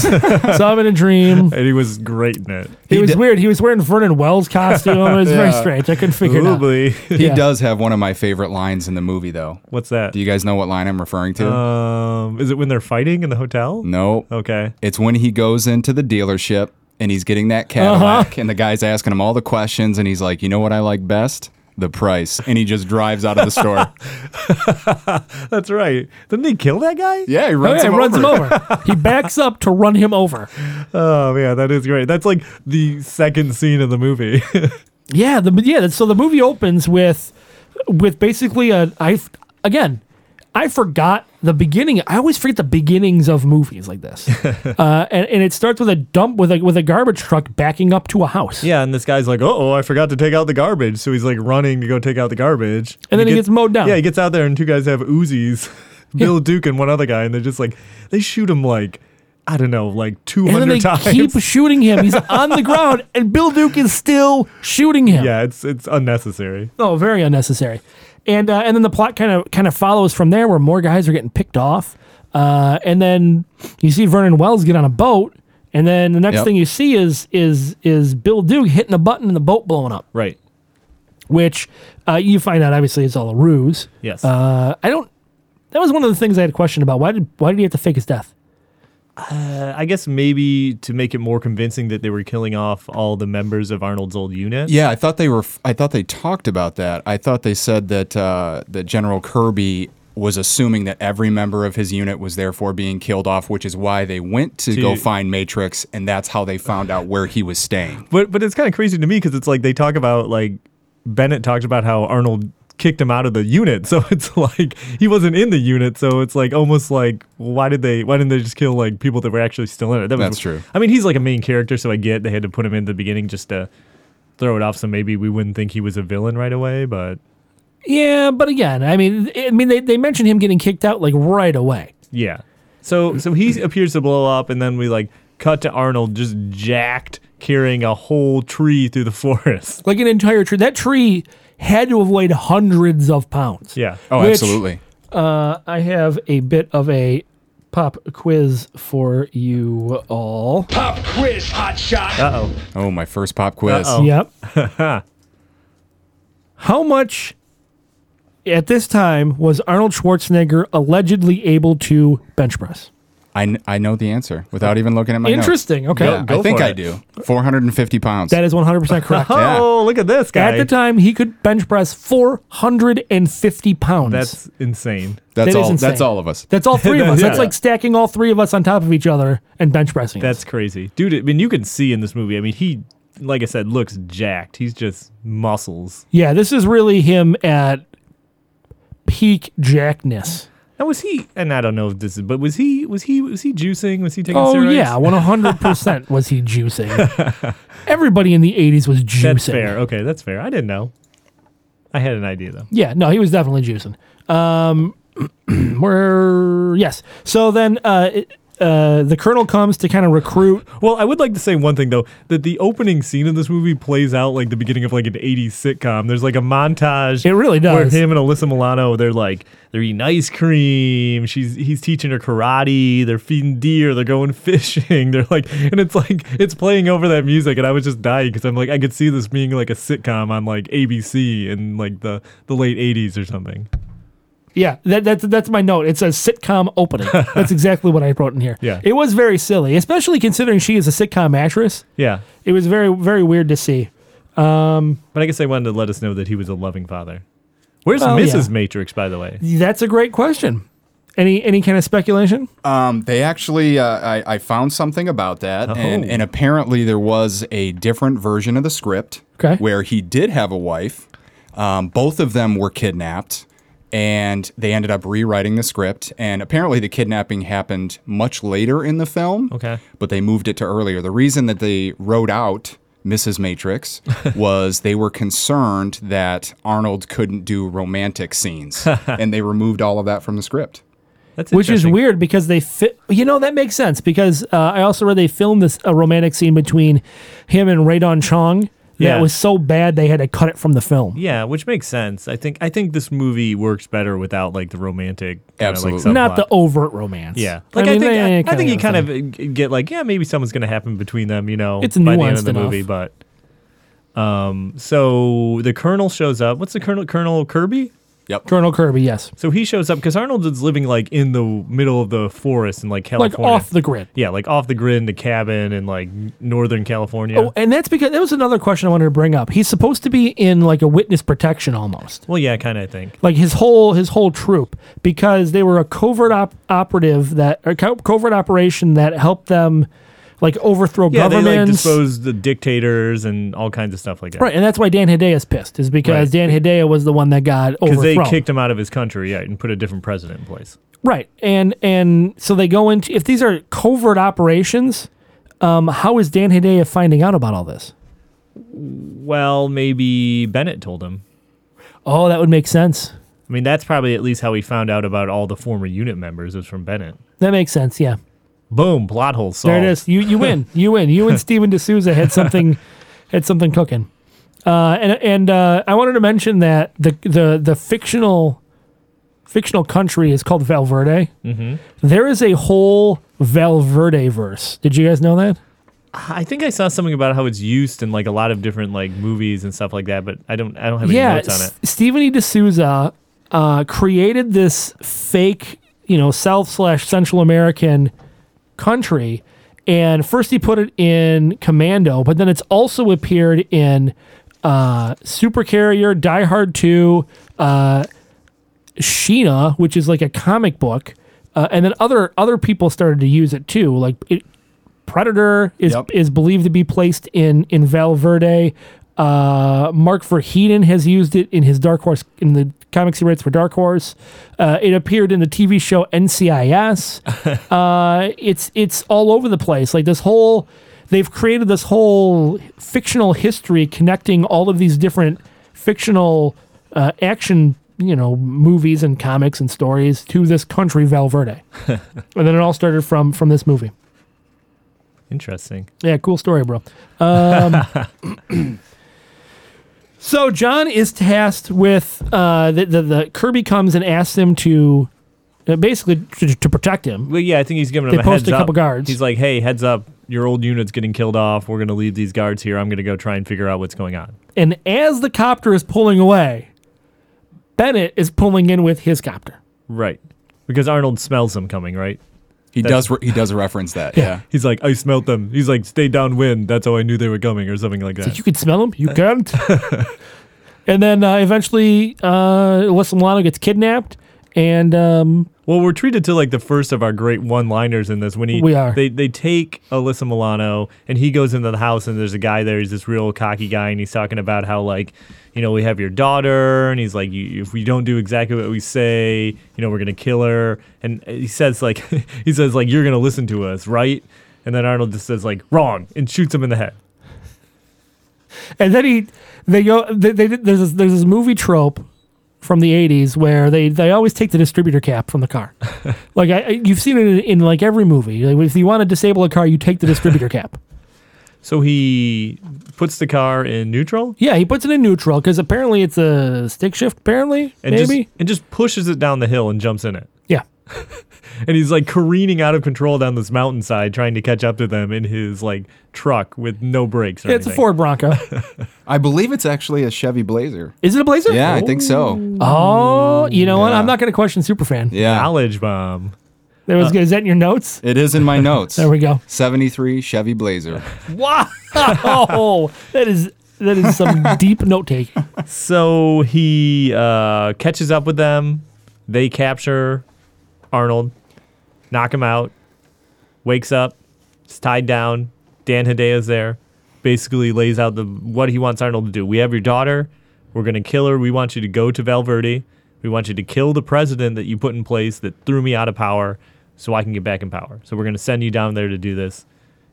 [SPEAKER 1] saw him in a dream.
[SPEAKER 7] And he was great in it.
[SPEAKER 1] It was weird. He was wearing Vernon Wells costume. It was very strange. I couldn't figure it out.
[SPEAKER 7] Probably.
[SPEAKER 8] He
[SPEAKER 1] Yeah.
[SPEAKER 8] does have one of my favorite lines in the movie, though.
[SPEAKER 7] What's that?
[SPEAKER 8] Do you guys know what line I'm referring to?
[SPEAKER 7] um, is it when they're fighting in the hotel?
[SPEAKER 8] no.
[SPEAKER 7] Okay.
[SPEAKER 8] It's when he goes into the dealership and he's getting that Cadillac, and the guy's asking him all the questions, and he's like, "You know what I like best? The price." And he just drives out of the store.
[SPEAKER 7] That's right. Didn't he kill that guy?
[SPEAKER 8] yeah, he
[SPEAKER 1] Oh,
[SPEAKER 8] runs,
[SPEAKER 1] yeah,
[SPEAKER 8] him,
[SPEAKER 1] runs
[SPEAKER 8] over.
[SPEAKER 1] him over. he backs up to run him over.
[SPEAKER 7] Oh yeah, that is great. That's like the second scene of the movie.
[SPEAKER 1] Yeah, the yeah. So the movie opens with with basically a I again. I forgot the beginning. I always forget the beginnings of movies like this, uh, and, and it starts with a dump with a with a garbage truck backing up to a house.
[SPEAKER 7] yeah, and this guy's like, "Oh, I forgot to take out the garbage," so he's like running to go take out the garbage,
[SPEAKER 1] And then he gets mowed down.
[SPEAKER 7] Yeah, he gets out there, and two guys have Uzis, Bill Duke and one other guy, and they're just like, they shoot him like, I don't know, like two
[SPEAKER 1] and then they
[SPEAKER 7] hundred times.
[SPEAKER 1] keep shooting him. He's on the ground, and Bill Duke is still shooting him.
[SPEAKER 7] yeah, it's it's unnecessary.
[SPEAKER 1] Oh, very unnecessary. And uh, and then the plot kind of kind of follows from there, where more guys are getting picked off. Uh, and then you see Vernon Wells get on a boat, and then the next
[SPEAKER 8] Yep.
[SPEAKER 1] thing you see is is is Bill Duke hitting a button and the boat blowing up,
[SPEAKER 7] Right.
[SPEAKER 1] which uh, you find out obviously it's all a ruse.
[SPEAKER 7] Yes.
[SPEAKER 1] Uh, I don't. That was one of the things I had a question about. Why did why did he have to fake his death?
[SPEAKER 7] I guess maybe to make it more convincing that they were killing off all the members of Arnold's old unit.
[SPEAKER 8] Yeah, I thought they were. I thought they talked about that. I thought they said that uh, that General Kirby was assuming that every member of his unit was therefore being killed off, which is why they went to, go find Matrix, and that's how they found out where he was staying.
[SPEAKER 7] But but it's kind of crazy to me because it's like they talk about like Bennett talked about how Arnold kicked him out of the unit, so it's like he wasn't in the unit, so it's like almost like why did they why didn't they just kill like people that were actually still in it? That
[SPEAKER 8] That's true.
[SPEAKER 7] I mean, he's like a main character, so I get they had to put him in the beginning just to throw it off, so maybe we wouldn't think he was a villain right away. But
[SPEAKER 1] Yeah, but again, I mean, I mean, they they mentioned him getting kicked out like right away.
[SPEAKER 7] yeah, so so he appears to blow up, and then we like cut to Arnold just jacked carrying a whole tree through the forest.
[SPEAKER 1] like an entire tree. That tree had to have weighed hundreds of pounds.
[SPEAKER 7] Yeah.
[SPEAKER 8] Oh,
[SPEAKER 1] Which-
[SPEAKER 8] absolutely.
[SPEAKER 1] Uh, I have a bit of a pop quiz for you all.
[SPEAKER 5] Pop quiz, hot shot.
[SPEAKER 7] Uh oh.
[SPEAKER 8] Oh, my first pop quiz.
[SPEAKER 7] Uh-oh.
[SPEAKER 1] Yep. How much at this time was Arnold Schwarzenegger allegedly able to bench press?
[SPEAKER 8] I, kn- I know the answer without even looking at my notes.
[SPEAKER 1] Interesting. Okay.
[SPEAKER 8] Yeah,
[SPEAKER 7] Go
[SPEAKER 8] I think
[SPEAKER 7] for
[SPEAKER 8] I
[SPEAKER 7] it.
[SPEAKER 8] do. 450 pounds.
[SPEAKER 1] That is 100% correct.
[SPEAKER 8] Yeah.
[SPEAKER 7] Oh, look at this guy.
[SPEAKER 1] At the time, he could bench press 450 pounds.
[SPEAKER 7] That's insane.
[SPEAKER 8] that's
[SPEAKER 1] that is
[SPEAKER 8] all. That's
[SPEAKER 1] insane.
[SPEAKER 8] all of us.
[SPEAKER 1] That's all three of
[SPEAKER 7] That-
[SPEAKER 1] us. That's
[SPEAKER 7] yeah.
[SPEAKER 1] like stacking all three of us on top of each other and bench pressing. us.
[SPEAKER 7] That's crazy. Dude, I mean, you can see in this movie, I mean, he, like I said, looks jacked. He's just muscles.
[SPEAKER 1] Yeah, this is really him at peak jackness.
[SPEAKER 7] Now, was he, and I don't know if this is, but was he, was he, was he juicing? Was he taking
[SPEAKER 1] Oh
[SPEAKER 7] steroids?
[SPEAKER 1] yeah, one hundred percent was he juicing. Everybody in the eighties was juicing.
[SPEAKER 7] That's fair. Okay, that's fair. I didn't know. I had an idea, though.
[SPEAKER 1] Yeah, no, he was definitely juicing. Um, where yes, so then uh, it- uh, the colonel comes to kind of recruit.
[SPEAKER 7] Well, I would like to say one thing, though, that the opening scene of this movie plays out like the beginning of like an 80s sitcom. There's like a montage.
[SPEAKER 1] It really
[SPEAKER 7] Where
[SPEAKER 1] does.
[SPEAKER 7] him and Alyssa Milano, they're like, they're eating ice cream. She's he's teaching her karate. They're feeding deer. They're going fishing. They're like, and it's like it's playing over that music, and I was just dying because I'm like, I could see this being like a sitcom on like ABC in like the the late '80s or something.
[SPEAKER 1] Yeah, that, that's that's my note. It's a sitcom opening. that's exactly what I wrote in here.
[SPEAKER 7] Yeah.
[SPEAKER 1] it was very silly, especially considering she is a sitcom actress.
[SPEAKER 7] Yeah,
[SPEAKER 1] It was very very weird to see.
[SPEAKER 7] but I guess they wanted to let us know that he was a loving father. Where's
[SPEAKER 1] Well, yeah.
[SPEAKER 7] Mrs. Matrix, by the way?
[SPEAKER 1] That's a great question. Any any kind of speculation?
[SPEAKER 8] Um, they actually, uh, I, I found something about that, and,
[SPEAKER 7] Oh.
[SPEAKER 8] and apparently there was a different version of the script
[SPEAKER 1] Okay.
[SPEAKER 8] where he did have a wife. Um, both of them were kidnapped, and they ended up rewriting the script. And apparently, the kidnapping happened much later in the film.
[SPEAKER 7] Okay.
[SPEAKER 8] but they moved it to earlier. The reason that they wrote out Mrs. Matrix was they were concerned that Arnold couldn't do romantic scenes, and they removed all of that from the script.
[SPEAKER 7] That's
[SPEAKER 1] which is
[SPEAKER 7] interesting.
[SPEAKER 1] weird because they fit. You know that makes sense because uh, I also read they filmed this a romantic scene between him and Radon Chong, the that
[SPEAKER 7] Yeah.
[SPEAKER 1] was so bad they had to cut it from the film.
[SPEAKER 7] Yeah, which makes sense. I think I think this movie works better without like the romantic. kinda,
[SPEAKER 8] Absolutely.
[SPEAKER 7] Like,
[SPEAKER 1] Not the
[SPEAKER 7] subplot.
[SPEAKER 1] overt romance.
[SPEAKER 7] Oh, Yeah, like I,
[SPEAKER 1] mean,
[SPEAKER 7] think
[SPEAKER 1] they-
[SPEAKER 7] I,
[SPEAKER 1] they
[SPEAKER 7] I think you
[SPEAKER 1] got
[SPEAKER 7] kind
[SPEAKER 1] some-
[SPEAKER 7] of uh, get like yeah maybe something's gonna happen between them you know
[SPEAKER 1] It's
[SPEAKER 7] by the end
[SPEAKER 1] nuanced
[SPEAKER 7] of the
[SPEAKER 1] enough.
[SPEAKER 7] movie but um so the colonel shows up what's the colonel Colonel Kirby
[SPEAKER 8] Yep.
[SPEAKER 1] Colonel Kirby, yes,
[SPEAKER 7] so he shows up because Arnold is living like in the middle of the forest in like
[SPEAKER 1] like
[SPEAKER 7] California
[SPEAKER 1] off the grid.
[SPEAKER 7] yeah like off the grid in the cabin in like Northern California
[SPEAKER 1] Oh, and that's because that was another question I wanted to bring up. He's supposed to be in like a witness protection almost.
[SPEAKER 7] well yeah kind of I think
[SPEAKER 1] Like his whole his whole troop because they were a covert op- operative that or co- covert operation that helped them like overthrow
[SPEAKER 7] yeah they like
[SPEAKER 1] governments.
[SPEAKER 7] dispose the dictators and all kinds of stuff like that
[SPEAKER 1] right, and that's why Dan Hidea's pissed is because Dan Hidea was the one that got
[SPEAKER 7] because they
[SPEAKER 1] overthrown.
[SPEAKER 7] kicked him out of his country yeah and put a different president in place
[SPEAKER 1] Right. And and so they go into if these are covert operations, um, how is Dan Hedaya finding out about all this?
[SPEAKER 7] well maybe Bennett told him
[SPEAKER 1] Oh, that would make sense.
[SPEAKER 7] I mean, that's probably at least how he found out about all the former unit members was from Bennett.
[SPEAKER 1] That makes sense, yeah.
[SPEAKER 7] Boom, plot hole solved.
[SPEAKER 1] There it is. You you win. You win. You and Steven D'Souza had something had something cooking. Uh, and and uh, I wanted to mention that the the the fictional fictional country is called Valverde. Mm-hmm. is a whole Valverde verse. Did you guys know that?
[SPEAKER 7] I think I saw something about how it's used in like a lot of different like movies and stuff like that, but I don't I don't have any
[SPEAKER 1] yeah,
[SPEAKER 7] notes on it.
[SPEAKER 1] S- Stephen E. D'Souza uh, created this fake, you know, South slash Central American country. And first he put it in Commando, but then it's also appeared in uh, Supercarrier, Die Hard 2, uh, Sheena, which is like a comic book. Uh, and then other other people started to use it too. Like it, Predator is
[SPEAKER 8] Yep.
[SPEAKER 1] is believed to be placed in in Valverde. Uh, Mark Verheiden has used it in his Dark Horse in the comics he writes for Dark Horse. Uh, it appeared in the TV show NCIS. uh, it's it's all over the place. Like this whole, they've created this whole fictional history connecting all of these different fictional uh, action you know movies and comics and stories to this country Valverde, and then it all started from from this movie.
[SPEAKER 7] Interesting.
[SPEAKER 1] Yeah, cool story, bro. Um, so John is tasked with uh, the, the the Kirby comes and asks him to uh, basically to, to protect him.
[SPEAKER 7] Well, yeah, I think he's giving him
[SPEAKER 1] They
[SPEAKER 7] a
[SPEAKER 1] post
[SPEAKER 7] heads
[SPEAKER 1] a couple
[SPEAKER 7] up.
[SPEAKER 1] guards.
[SPEAKER 7] He's like, "Hey, heads up, your old unit's getting killed off. We're gonna leave these guards here. I'm gonna go try and figure out what's going on."
[SPEAKER 1] And as the copter is pulling away, Bennett is pulling in with his copter.
[SPEAKER 7] Right, because Arnold smells them coming. Right,
[SPEAKER 8] He does. Re- he does reference that. Yeah.
[SPEAKER 7] he's like, "I smelt them." He's like, "Stay downwind." That's how I knew they were coming, or something like that.
[SPEAKER 1] You could smell him. You can't. and then uh, eventually, uh, Alyssa Milano gets kidnapped, and um,
[SPEAKER 7] Well, we're treated to like the first of our great one-liners in this. When he,
[SPEAKER 1] We are.
[SPEAKER 7] They they take Alyssa Milano, and he goes into the house, and there's a guy there. He's this real cocky guy, and he's talking about how like, you know, we have your daughter, and he's like, you, if we don't do exactly what we say, you know, we're gonna kill her. And he says like, he says like, you're gonna listen to us, right? And then Arnold just says like, wrong, and shoots him in the head.
[SPEAKER 1] and then he they go they, they there's this, there's this movie trope from the 80s where they they always take the distributor cap from the car like I, I you've seen it in, in like every movie like if you want to disable a car you take the distributor cap
[SPEAKER 7] So he puts the car in neutral.
[SPEAKER 1] yeah he puts it in neutral because apparently it's a stick shift apparently
[SPEAKER 7] And
[SPEAKER 1] maybe
[SPEAKER 7] just and just pushes it down the hill and jumps in it.
[SPEAKER 1] yeah
[SPEAKER 7] and he's like careening out of control down this mountainside trying to catch up to them in his like truck with no brakes or
[SPEAKER 1] it's a
[SPEAKER 7] anything.
[SPEAKER 1] ford bronco
[SPEAKER 8] I believe it's actually a Chevy Blazer.
[SPEAKER 1] is it a blazer
[SPEAKER 8] Yeah, I think so.
[SPEAKER 1] oh you know what
[SPEAKER 8] Yeah.
[SPEAKER 1] i'm not going to question superfan
[SPEAKER 8] Yeah. Uh,
[SPEAKER 7] knowledge bomb
[SPEAKER 1] there was is that in your notes
[SPEAKER 8] It is in my notes.
[SPEAKER 1] there we go
[SPEAKER 8] 73 Chevy Blazer.
[SPEAKER 1] wow Oh, that is that is some deep note taking
[SPEAKER 7] so he uh, catches up with them they capture arnold knock him out wakes up is tied down dan hidea's there basically lays out the what he wants arnold to do we have your daughter we're going to kill her we want you to go to valverde we want you to kill the president that you put in place that threw me out of power so i can get back in power so we're going to send you down there to do this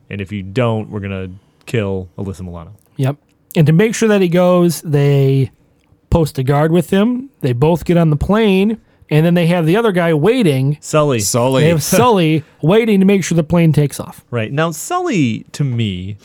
[SPEAKER 7] and if you don't we're going to kill alyssa milano
[SPEAKER 1] Yep. And to make sure that he goes, they post a guard with him. They both get on the plane, and then they have the other guy waiting.
[SPEAKER 7] sully
[SPEAKER 8] Sully.
[SPEAKER 1] They have Sully waiting to make sure the plane takes off.
[SPEAKER 7] Right. Now, Sully, to me,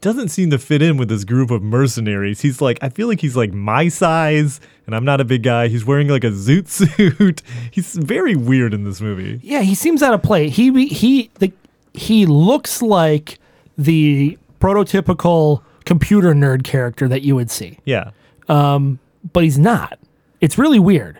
[SPEAKER 7] doesn't seem to fit in with this group of mercenaries. He's like, I feel like he's like my size, and I'm not a big guy. He's wearing like a zoot suit. he's very weird in this movie.
[SPEAKER 1] Yeah, he seems out of play. He he the, he looks like the prototypical computer nerd character that you would see,
[SPEAKER 7] Yeah.
[SPEAKER 1] but he's not. It's really weird.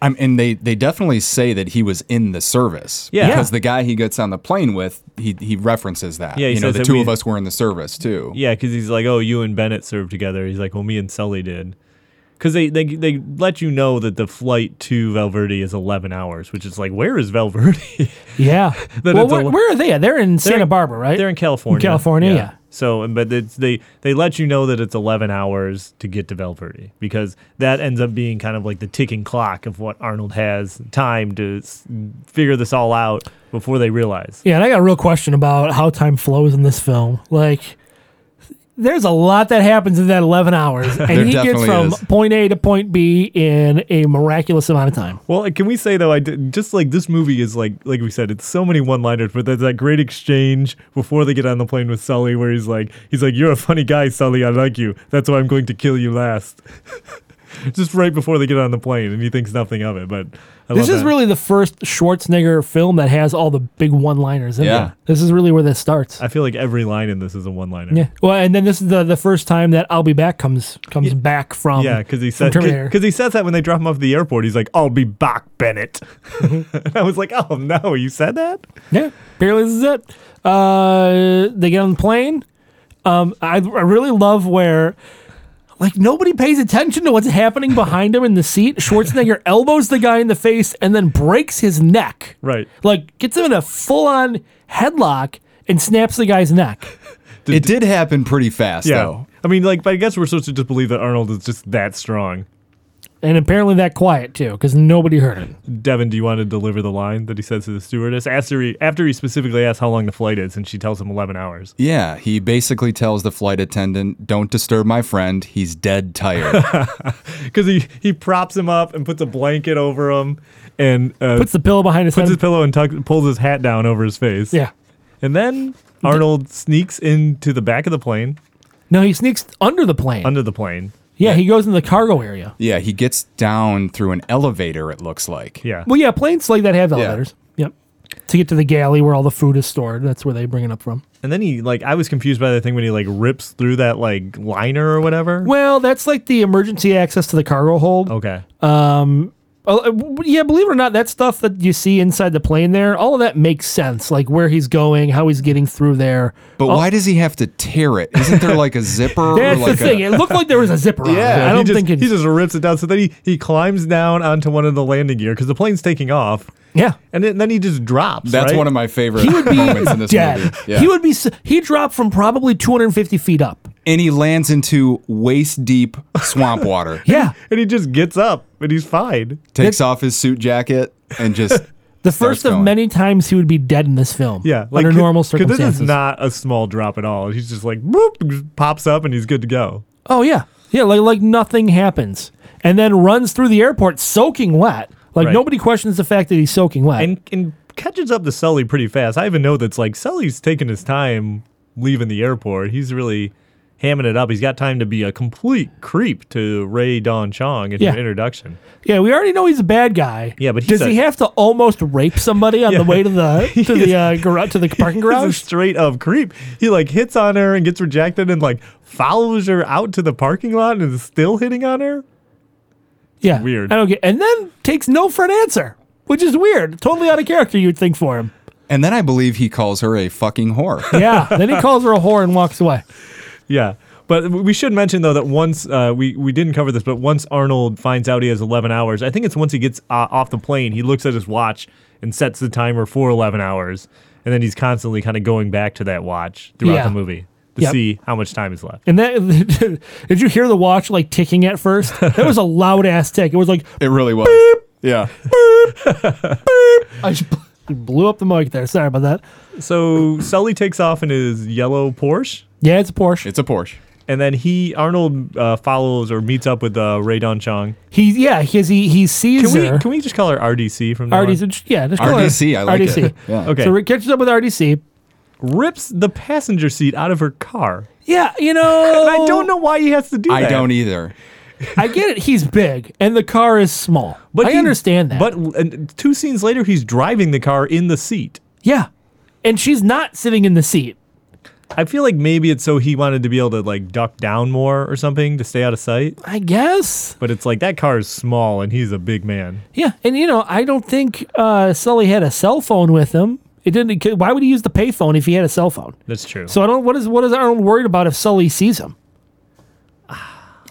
[SPEAKER 8] I'm, and they, they definitely say that he was in the service.
[SPEAKER 7] Yeah.
[SPEAKER 8] Because the guy he gets on the plane with, he, he references that.
[SPEAKER 7] Yeah, he
[SPEAKER 8] you know,
[SPEAKER 7] says
[SPEAKER 8] the
[SPEAKER 7] that
[SPEAKER 8] two
[SPEAKER 7] we-
[SPEAKER 8] of us were in the service too.
[SPEAKER 7] Yeah, because he's like, oh, you and Bennett served together. He's like, well, me and Sully did. Because they, they, they let you know that the flight to Valverde is 11 hours, which is like, where is Valverde?
[SPEAKER 1] Yeah.
[SPEAKER 7] Then
[SPEAKER 1] well,
[SPEAKER 7] it's a
[SPEAKER 1] where,
[SPEAKER 7] lo-
[SPEAKER 1] where are they? at? They're in Santa Barbara, right?
[SPEAKER 7] They're in California.
[SPEAKER 1] California, yeah.
[SPEAKER 7] So, but it's, they they let you know that it's 11 hours to get to Valverde because that ends up being kind of like the ticking clock of what Arnold has time to s- figure this all out before they realize.
[SPEAKER 1] Yeah, and I got a real question about how time flows in this film. Like, there's a lot that happens in that 11 hours,
[SPEAKER 8] There
[SPEAKER 1] and he gets
[SPEAKER 8] definitely
[SPEAKER 1] from
[SPEAKER 8] is.
[SPEAKER 1] point A to point B in a miraculous amount of time.
[SPEAKER 7] Well, can we say though? I did, just like this movie is like like we said, it's so many one-liners. But there's that great exchange before they get on the plane with Sully, where he's like, he's like, "You're a funny guy, Sully. I like you. That's why I'm going to kill you last." just right before they get on the plane, and he thinks nothing of it. But I
[SPEAKER 1] This
[SPEAKER 7] love
[SPEAKER 1] is
[SPEAKER 7] that.
[SPEAKER 1] really the first Schwarzenegger film that has all the big one-liners in
[SPEAKER 8] Yeah.
[SPEAKER 1] it. This is really where this starts.
[SPEAKER 7] I feel like every line in this is a one-liner.
[SPEAKER 1] yeah. Well, and then this is the, the first time that I'll be back comes comes back from
[SPEAKER 7] Yeah, because he
[SPEAKER 1] from
[SPEAKER 7] said
[SPEAKER 1] Terminator.
[SPEAKER 7] because he says that when they drop him off at the airport, he's like, "I'll be back, Bennett."
[SPEAKER 1] Mm-hmm.
[SPEAKER 7] and I was like, "Oh no, you said that."
[SPEAKER 1] Yeah, barely this is it. Uh, they get on the plane. Um, I, I really love where, like, nobody pays attention to what's happening behind him in the seat. Schwarzenegger elbows the guy in the face and then breaks his neck.
[SPEAKER 7] Right.
[SPEAKER 1] Like, gets him in a full on headlock and snaps the guy's neck.
[SPEAKER 8] It did happen pretty fast
[SPEAKER 7] Yeah.
[SPEAKER 8] though.
[SPEAKER 7] I mean, like, but I guess we're supposed to just believe that Arnold is just that strong.
[SPEAKER 1] And apparently that quiet, too, because nobody heard it.
[SPEAKER 7] Devin, do you want to deliver the line that he says to the stewardess after he, after he specifically asks how long the flight is, and she tells him 11 hours?
[SPEAKER 8] Yeah, he basically tells the flight attendant, "Don't disturb my friend. He's dead tired."
[SPEAKER 7] Because he, he props him up and puts a blanket over him and uh,
[SPEAKER 1] Puts the pillow behind his head.
[SPEAKER 7] puts his pillow and tucks, pulls his hat down over his face.
[SPEAKER 1] yeah.
[SPEAKER 7] And then Arnold sneaks into the back of the plane,
[SPEAKER 1] No, he sneaks under the plane.
[SPEAKER 7] under the plane.
[SPEAKER 1] yeah, he goes in the cargo area.
[SPEAKER 8] yeah, he gets down through an elevator. It looks like.
[SPEAKER 7] Yeah.
[SPEAKER 1] Well, yeah, planes like that have elevators. Yep. To get to the galley where all the food is stored. That's where they bring it up from.
[SPEAKER 7] And then he, like, I was confused by the thing when he, like, rips through that, like, liner or whatever.
[SPEAKER 1] Well, that's like the emergency access to the cargo hold.
[SPEAKER 7] okay.
[SPEAKER 1] Oh, uh, w- yeah, believe it or not, that stuff that you see inside the plane there, all of that makes sense. Like where he's going, how he's getting through there.
[SPEAKER 8] But why does he have to tear it? Isn't there like a zipper?
[SPEAKER 1] Oh. That's
[SPEAKER 8] or like
[SPEAKER 1] the thing.
[SPEAKER 8] A,
[SPEAKER 1] it looked like there was a zipper on it.
[SPEAKER 7] Yeah,
[SPEAKER 1] I
[SPEAKER 7] he
[SPEAKER 1] don't
[SPEAKER 7] just,
[SPEAKER 1] think it.
[SPEAKER 7] he just rips it down. So then he, he climbs down onto one of the landing gear because the plane's taking off,
[SPEAKER 1] yeah.
[SPEAKER 7] and then, then he just drops.
[SPEAKER 8] that's
[SPEAKER 7] right?
[SPEAKER 8] one of my favorite
[SPEAKER 1] He would be
[SPEAKER 8] moments in this
[SPEAKER 1] dead.
[SPEAKER 8] movie. Yeah.
[SPEAKER 1] He would be. s- He dropped from probably 250 feet up.
[SPEAKER 8] and he lands into waist deep swamp water.
[SPEAKER 1] Yeah.
[SPEAKER 7] and he just gets up and he's fine.
[SPEAKER 8] takes off his suit jacket and just
[SPEAKER 1] The first of
[SPEAKER 8] going.
[SPEAKER 1] many times he would be dead in this film.
[SPEAKER 7] Yeah,
[SPEAKER 1] under
[SPEAKER 7] could-
[SPEAKER 1] normal
[SPEAKER 7] could-
[SPEAKER 1] circumstances.
[SPEAKER 7] This is not a small drop at all. He's just like boop, just pops up and he's good to go.
[SPEAKER 1] Oh yeah, yeah, like like nothing happens, and then runs through the airport soaking wet. Like
[SPEAKER 7] Right.
[SPEAKER 1] nobody questions the fact that he's soaking wet.
[SPEAKER 7] And and catches up to Sully pretty fast. I even know that's like Sully's taking his time leaving the airport. He's really hamming it up. He's got time to be a complete creep to Ray Don Chong in
[SPEAKER 1] Yeah.
[SPEAKER 7] your introduction.
[SPEAKER 1] yeah, we already know he's a bad guy.
[SPEAKER 7] Yeah, but he's
[SPEAKER 1] does
[SPEAKER 7] a-
[SPEAKER 1] he have to almost rape somebody on the way to the to the uh, garage to the parking
[SPEAKER 7] He's
[SPEAKER 1] garage?
[SPEAKER 7] a straight up creep. He like hits on her and gets rejected and like follows her out to the parking lot and is still hitting on her.
[SPEAKER 1] yeah,
[SPEAKER 7] weird.
[SPEAKER 1] I don't get. And then takes no for an answer, which is weird. Totally out of character. You'd think for him.
[SPEAKER 8] and then I believe he calls her a fucking whore.
[SPEAKER 1] Yeah. then he calls her a whore and walks away.
[SPEAKER 7] Yeah. But we should mention though that once uh, we we didn't cover this, but once Arnold finds out he has 11 hours, I think it's once he gets uh, off the plane, he looks at his watch and sets the timer for 11 hours, and then he's constantly kind of going back to that watch throughout
[SPEAKER 1] Yeah.
[SPEAKER 7] the movie to
[SPEAKER 1] Yep.
[SPEAKER 7] see how much time is left.
[SPEAKER 1] And that did you hear the watch like ticking at first? That was a loud ass tick. It was like
[SPEAKER 8] It really was. Yeah.
[SPEAKER 1] I just blew up the mic there. Sorry about that.
[SPEAKER 7] So Sully takes off in his yellow Porsche.
[SPEAKER 1] Yeah, it's a Porsche.
[SPEAKER 8] It's a Porsche.
[SPEAKER 7] And then he Arnold uh, follows or meets up with uh, Ray Don Chong.
[SPEAKER 1] He yeah, because he he sees
[SPEAKER 7] Can
[SPEAKER 1] her.
[SPEAKER 7] we can we just call her RDC from now on?
[SPEAKER 1] RDC, yeah, just call her
[SPEAKER 8] RDC, I like
[SPEAKER 1] RDC.
[SPEAKER 8] it. Yeah.
[SPEAKER 7] Okay.
[SPEAKER 1] So Rick catches up with RDC,
[SPEAKER 7] rips the passenger seat out of her car.
[SPEAKER 1] Yeah, you know.
[SPEAKER 7] And I don't know why he has to do that.
[SPEAKER 8] I don't either.
[SPEAKER 1] I get it. He's big, and the car is small. But I
[SPEAKER 7] he-
[SPEAKER 1] understand that.
[SPEAKER 7] But and two scenes later, he's driving the car in the seat.
[SPEAKER 1] yeah, and she's not sitting in the seat.
[SPEAKER 7] I feel like maybe it's so he wanted to be able to like duck down more or something to stay out of sight.
[SPEAKER 1] I guess.
[SPEAKER 7] But it's like that car is small and he's a big man.
[SPEAKER 1] Yeah, and you know, I don't think uh, Sully had a cell phone with him. It didn't. Why would he use the payphone if he had a cell phone?
[SPEAKER 7] That's true.
[SPEAKER 1] So I don't. What is what is Arnold worried about if Sully sees him?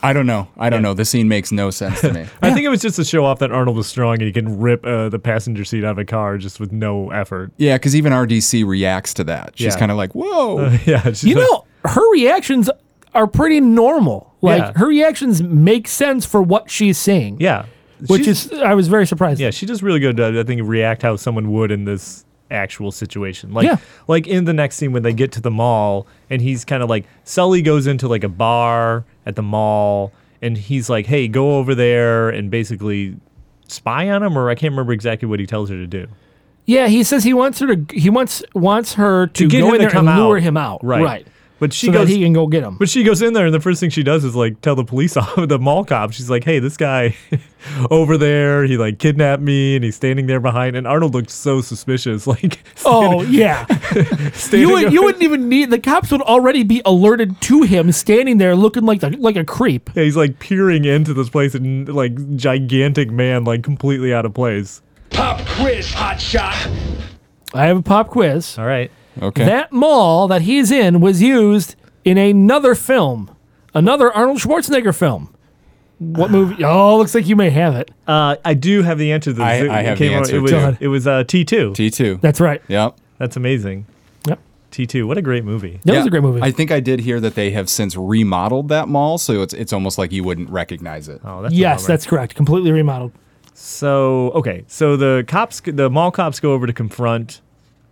[SPEAKER 8] I don't know. I don't know. This scene makes no sense to me.
[SPEAKER 7] I think it was just to show off that Arnold was strong and he can rip uh, the passenger seat out of a car just with no effort.
[SPEAKER 8] yeah, because even RDC reacts to that. She's
[SPEAKER 7] Yeah.
[SPEAKER 8] kind of like, "Whoa."
[SPEAKER 7] Yeah, she's
[SPEAKER 1] You
[SPEAKER 7] like-
[SPEAKER 1] know, her reactions are pretty normal. Like
[SPEAKER 7] Yeah.
[SPEAKER 1] her reactions make sense for what she's saying.
[SPEAKER 7] yeah,
[SPEAKER 1] which
[SPEAKER 7] She's-
[SPEAKER 1] is I was very surprised.
[SPEAKER 7] yeah, she does really good. uh, I think react how someone would in this actual situation. Like
[SPEAKER 1] Yeah.
[SPEAKER 7] like in the next scene when they get to the mall and he's kind of like Sully goes into like a bar at the mall and he's like, "Hey, go over there and basically spy on him," or I can't remember exactly what he tells her to do.
[SPEAKER 1] Yeah, he says he wants her to he wants wants her to,
[SPEAKER 7] get
[SPEAKER 1] go
[SPEAKER 7] him
[SPEAKER 1] in
[SPEAKER 7] to
[SPEAKER 1] there
[SPEAKER 7] come
[SPEAKER 1] and lure
[SPEAKER 7] out.
[SPEAKER 1] him out.
[SPEAKER 7] Right. But she
[SPEAKER 1] so
[SPEAKER 7] goes-
[SPEAKER 1] that he can go get him.
[SPEAKER 7] But she goes in there, and the first thing she does is like tell the police off the mall cop. She's like, "Hey, this guy over there, he like kidnapped me, and he's standing there behind." And Arnold looked so suspicious, like
[SPEAKER 1] Oh yeah,
[SPEAKER 7] standing
[SPEAKER 1] you would
[SPEAKER 7] over-
[SPEAKER 1] you wouldn't even need the cops would already be alerted to him standing there looking like the, like a creep.
[SPEAKER 7] Yeah, he's like peering into this place, and like gigantic man, like completely out of place.
[SPEAKER 5] Pop quiz, hot shot.
[SPEAKER 1] I have a pop quiz.
[SPEAKER 7] All right,
[SPEAKER 8] Okay.
[SPEAKER 1] That mall that he's in was used in another film, another Arnold Schwarzenegger film. What movie? Oh, looks like you may have it.
[SPEAKER 7] uh, I do have the answer. To this.
[SPEAKER 8] I- I have the answer,
[SPEAKER 7] It was,
[SPEAKER 8] too.
[SPEAKER 7] it was uh, T two.
[SPEAKER 8] T2.
[SPEAKER 1] That's right.
[SPEAKER 8] yep.
[SPEAKER 7] That's amazing.
[SPEAKER 1] Yep.
[SPEAKER 7] T two. What a great movie.
[SPEAKER 1] That was
[SPEAKER 8] Yeah.
[SPEAKER 1] a great movie.
[SPEAKER 8] I think I did hear that they have since remodeled that mall, so it's it's almost like you wouldn't recognize it.
[SPEAKER 7] Oh, that's a
[SPEAKER 1] yes,
[SPEAKER 7] bummer.
[SPEAKER 1] that's correct. Completely remodeled.
[SPEAKER 7] So okay, so the cops, the mall cops, go over to confront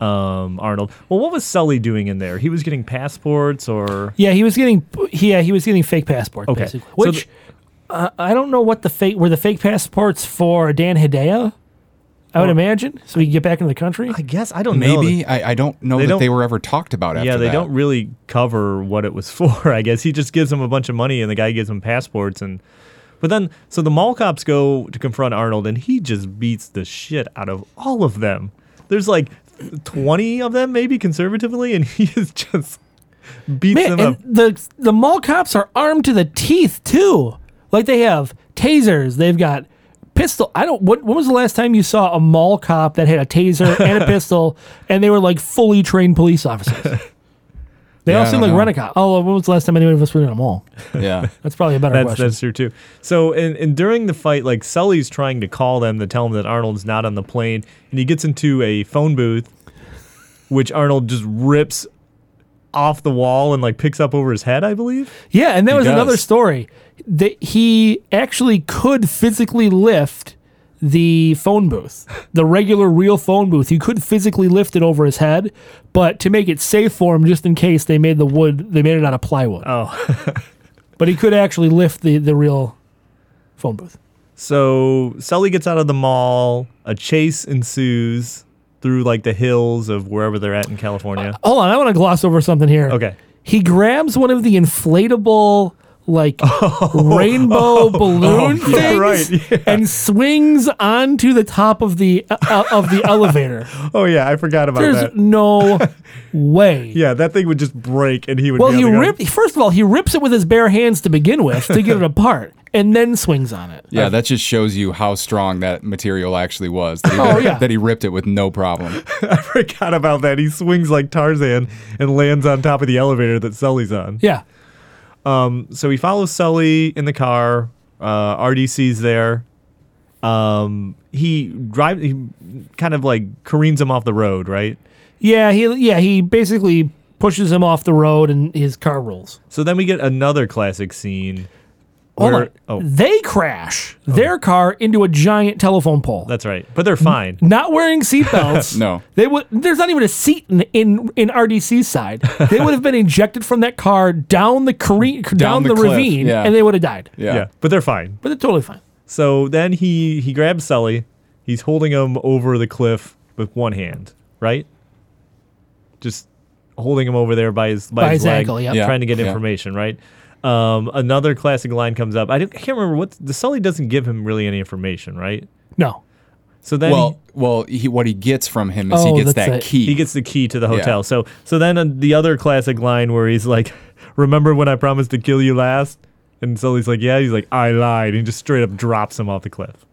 [SPEAKER 7] um, Arnold. Well, what was Sully doing in there? He was getting passports, or
[SPEAKER 1] Yeah, he was getting yeah he was getting fake passports.
[SPEAKER 7] Okay.
[SPEAKER 1] basically.
[SPEAKER 7] So
[SPEAKER 1] which uh, I don't know what the fake were the fake passports for Dan Hedaya. I would imagine so he could get back into the country.
[SPEAKER 7] I guess I don't know.
[SPEAKER 8] Maybe I, I don't know
[SPEAKER 7] They
[SPEAKER 8] that
[SPEAKER 7] don't-
[SPEAKER 8] they were ever talked about after
[SPEAKER 7] Yeah, they
[SPEAKER 8] that.
[SPEAKER 7] don't really cover what it was for. I guess he just gives him a bunch of money, and the guy gives him passports, and but then so the mall cops go to confront Arnold, and he just beats the shit out of all of them. There's like twenty of them, maybe conservatively, and he is just beats
[SPEAKER 1] Man,
[SPEAKER 7] them
[SPEAKER 1] and
[SPEAKER 7] up.
[SPEAKER 1] the the mall cops are armed to the teeth too. Like they have tasers, they've got pistol. I don't. What, when was the last time you saw a mall cop that had a taser and a pistol, and they were like fully trained police officers? They
[SPEAKER 8] Yeah,
[SPEAKER 1] all
[SPEAKER 8] I
[SPEAKER 1] seem
[SPEAKER 8] don't
[SPEAKER 1] like
[SPEAKER 8] know.
[SPEAKER 1] rent-a-cop. Oh, when was the last time anyone of us went in a mall?
[SPEAKER 8] Yeah.
[SPEAKER 1] That's probably a better
[SPEAKER 7] That's
[SPEAKER 1] question.
[SPEAKER 7] that's true too. So and, and during the fight, like Sully's trying to call them to tell them that Arnold's not on the plane, and he gets into a phone booth, which Arnold just rips off the wall and like picks up over his head, I believe.
[SPEAKER 1] Yeah, and that was
[SPEAKER 8] does.
[SPEAKER 1] another story that he actually could physically lift the phone booth, the regular real phone booth. He could physically lift it over his head, but to make it safe for him, just in case they made the wood, they made it out of plywood. Oh, but he could actually lift the the real phone booth.
[SPEAKER 7] So Sully gets out of the mall. A chase ensues through like the hills of wherever they're at in California.
[SPEAKER 1] Hold on, I want to gloss over something here.
[SPEAKER 7] Okay.
[SPEAKER 1] he grabs one of the inflatable. Like rainbow balloon
[SPEAKER 7] Oh. yeah,
[SPEAKER 1] things,
[SPEAKER 7] right, yeah.
[SPEAKER 1] and swings onto the top of the uh, of the elevator.
[SPEAKER 7] Oh yeah, I forgot about
[SPEAKER 1] There's
[SPEAKER 7] that.
[SPEAKER 1] no way.
[SPEAKER 7] Yeah, that thing would just break, and he would.
[SPEAKER 1] Well,
[SPEAKER 7] be on
[SPEAKER 1] he
[SPEAKER 7] the ground.
[SPEAKER 1] ripped. First of all, he rips it with his bare hands to begin with to get it apart, and then swings on it.
[SPEAKER 8] Yeah, that just shows you how strong that material actually was. That he,
[SPEAKER 1] Oh, yeah.
[SPEAKER 8] that he ripped it with no problem.
[SPEAKER 7] forgot about that. He swings like Tarzan and lands on top of the elevator that Sully's on.
[SPEAKER 1] Yeah,
[SPEAKER 7] So he follows Sully in the car. Uh, RDC's there. Um, he drive. He kind of like careens him off the road, right?
[SPEAKER 1] yeah. He yeah he basically pushes him off the road, and his car rolls.
[SPEAKER 7] So then we get another classic scene.
[SPEAKER 1] Hold
[SPEAKER 7] where-
[SPEAKER 1] on.
[SPEAKER 7] Oh,
[SPEAKER 1] They crash their car into a giant telephone pole.
[SPEAKER 7] that's right. But they're fine.
[SPEAKER 1] not wearing seatbelts.
[SPEAKER 8] No.
[SPEAKER 1] they would. There's not even a seat in in, in RDC's side. They would have been ejected from that car down the cre- down,
[SPEAKER 8] the
[SPEAKER 1] the,
[SPEAKER 8] cliff,
[SPEAKER 1] ravine,
[SPEAKER 8] yeah.
[SPEAKER 1] and they would have died.
[SPEAKER 8] Yeah.
[SPEAKER 7] yeah, but they're fine.
[SPEAKER 1] But they're totally fine.
[SPEAKER 7] So then he he grabs Sully. He's holding him over the cliff with one hand, right? Just holding him over there by his by,
[SPEAKER 1] By his
[SPEAKER 7] leg,
[SPEAKER 1] ankle, yep.
[SPEAKER 8] Yeah,
[SPEAKER 7] trying to get
[SPEAKER 8] yeah.
[SPEAKER 7] information. Right. Um, another classic line comes up. I, don't- I can't remember what the Sully doesn't give him really any information. Right.
[SPEAKER 1] No.
[SPEAKER 7] So then
[SPEAKER 8] Well, well, he, what he gets from him is
[SPEAKER 1] Oh,
[SPEAKER 8] he gets
[SPEAKER 1] that's
[SPEAKER 8] that
[SPEAKER 1] it.
[SPEAKER 8] key.
[SPEAKER 7] he gets the key to the
[SPEAKER 8] Yeah.
[SPEAKER 7] hotel. So so then uh, the other classic line where he's like, "Remember when I promised to kill you last?" And Sully's like, "Yeah." He's like, "I lied," and he just straight up drops him off the cliff.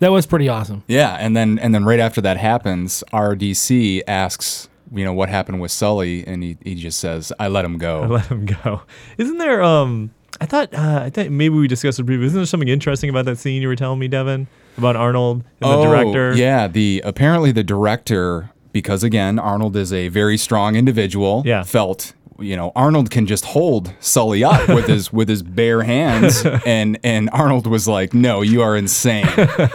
[SPEAKER 1] That was pretty awesome.
[SPEAKER 8] yeah, and then and then right after that happens, RDC asks, you know, what happened with Sully, and he, he just says, "I let him go."
[SPEAKER 7] Let him go. Isn't there? Um, I thought uh, I thought maybe we discussed it previously. Isn't there something interesting about that scene you were telling me, Devin, about Arnold and the director?
[SPEAKER 8] Oh, Yeah, the apparently the director, because again, Arnold is a very strong individual.
[SPEAKER 7] Yeah.
[SPEAKER 8] felt you know Arnold can just hold Sully up with his with his bare hands, and and Arnold was like, no, you are insane.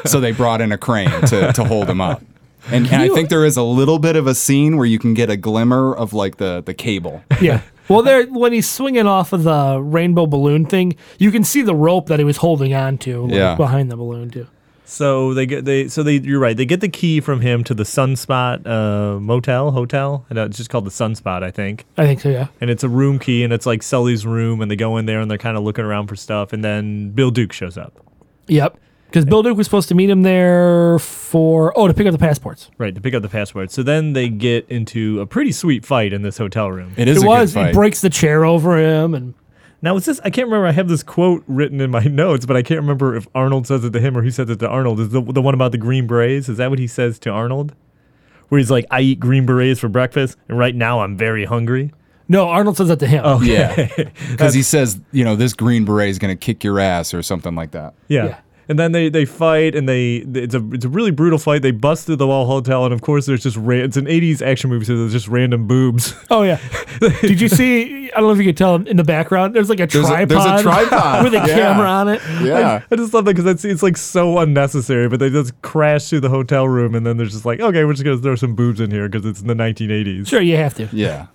[SPEAKER 8] so they brought in a crane to to hold him up. And, and I think there is a little bit of a scene where you can get a glimmer of like the the cable.
[SPEAKER 1] Yeah. Well, there when he's swinging off of the rainbow balloon thing, you can see the rope that he was holding on to like,
[SPEAKER 8] Yeah.
[SPEAKER 1] behind the balloon too.
[SPEAKER 7] So they get they so they you're right. They get the key from him to the Sunspot uh, Motel Hotel. I know it's just called the Sunspot, I think.
[SPEAKER 1] I think so. Yeah.
[SPEAKER 7] and it's a room key and it's like Sully's room and they go in there and they're kind of looking around for stuff and then Bill Duke shows up.
[SPEAKER 1] Yep. Because Bill Duke was supposed to meet him there for oh to pick up the passports.
[SPEAKER 7] Right, to pick up the password. So then they get into a pretty sweet fight in this hotel room.
[SPEAKER 8] It is
[SPEAKER 1] it
[SPEAKER 8] a
[SPEAKER 1] was.
[SPEAKER 8] good
[SPEAKER 1] He
[SPEAKER 8] fight.
[SPEAKER 1] breaks the chair over him, and
[SPEAKER 7] Now it's this I can't remember I have this quote written in my notes, but I can't remember if Arnold says it to him or he says it to Arnold. Is the the one about the green berets? Is that what he says to Arnold? Where he's like, I eat green berets for breakfast, and right now I'm very hungry.
[SPEAKER 1] no, Arnold says that to him. Oh,
[SPEAKER 8] yeah, because he says, you know, this green beret is going to kick your ass or something like that.
[SPEAKER 7] Yeah.
[SPEAKER 1] Yeah.
[SPEAKER 7] And then they, they fight and they it's a it's a really brutal fight. They bust through the wall hotel and of course there's just ra- it's an 80s action movie so there's just random boobs.
[SPEAKER 1] Oh, yeah. Did you see? I don't know if you could tell in the background. There's like a
[SPEAKER 8] There's a-
[SPEAKER 1] tripod.
[SPEAKER 8] there's a tripod.
[SPEAKER 1] with a
[SPEAKER 8] Yeah.
[SPEAKER 1] camera on it.
[SPEAKER 8] Yeah.
[SPEAKER 7] I just love that because that's it's like so unnecessary. But they just crash through the hotel room and then they're just like, okay, we're just gonna throw some boobs in here because it's in the 1980s.
[SPEAKER 1] Sure, you have to.
[SPEAKER 8] Yeah.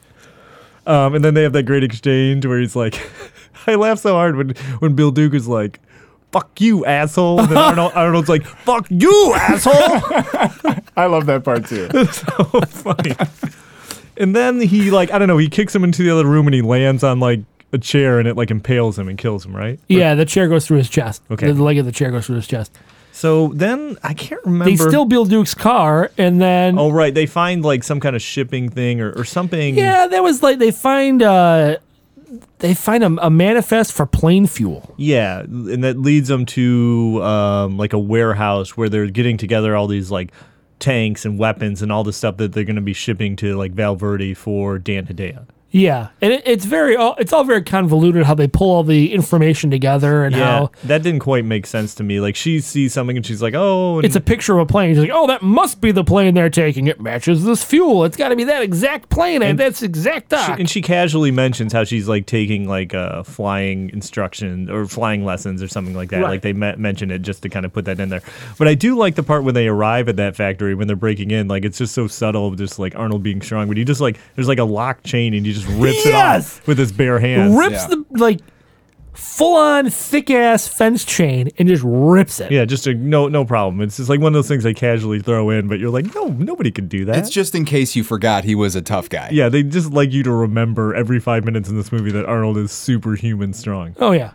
[SPEAKER 7] Um, and then they have that great exchange where he's like, I laugh so hard when when Bill Duke is like. Fuck you, asshole! And then Arnold, Arnold's like, "Fuck you, asshole!"
[SPEAKER 8] I love that part too.
[SPEAKER 7] so funny. And then he like, I don't know, he kicks him into the other room and he lands on like a chair and it like impales him and kills him, right?
[SPEAKER 1] Yeah, the chair goes through his chest.
[SPEAKER 7] Okay.
[SPEAKER 1] the leg of the chair goes through his chest.
[SPEAKER 7] So then I can't remember.
[SPEAKER 1] They steal Bill Duke's car, and then
[SPEAKER 7] Oh right, they find like some kind of shipping thing or, or something.
[SPEAKER 1] Yeah, that was like they find uh they find a, a manifest for plane fuel.
[SPEAKER 7] Yeah, and that leads them to um, like a warehouse where they're getting together all these like tanks and weapons and all the stuff that they're going to be shipping to like Valverde for Dan Hedaya.
[SPEAKER 1] Yeah, and it, it's very all it's all very convoluted how they pull all the information together and how
[SPEAKER 7] that didn't quite make sense to me. Like she sees something and she's like, "Oh, and
[SPEAKER 1] it's a picture of a plane. She's like, "Oh, that must be the plane they're taking. It matches this fuel. It's got to be that exact plane and that's exact
[SPEAKER 7] She-
[SPEAKER 1] dock."
[SPEAKER 7] and she casually mentions how she's like taking like uh, flying instruction or flying lessons or something like that.
[SPEAKER 1] Right.
[SPEAKER 7] Like they me- mentioned it just to kind of put that in there. But I do like the part when they arrive at that factory when they're breaking in. Like it's just so subtle, just like Arnold being strong. But he just like there's like a lock chain and he just rips
[SPEAKER 1] Yes!
[SPEAKER 7] it off with his bare hands.
[SPEAKER 1] rips
[SPEAKER 8] Yeah.
[SPEAKER 1] the like full on thick ass fence chain and just rips it.
[SPEAKER 7] yeah, just a, no no problem. It's just like one of those things they casually throw in, but you're like, no, nobody could do that.
[SPEAKER 8] It's just in case you forgot he was a tough guy.
[SPEAKER 7] yeah, they just like you to remember every five minutes in this movie that Arnold is superhuman strong.
[SPEAKER 1] Oh yeah.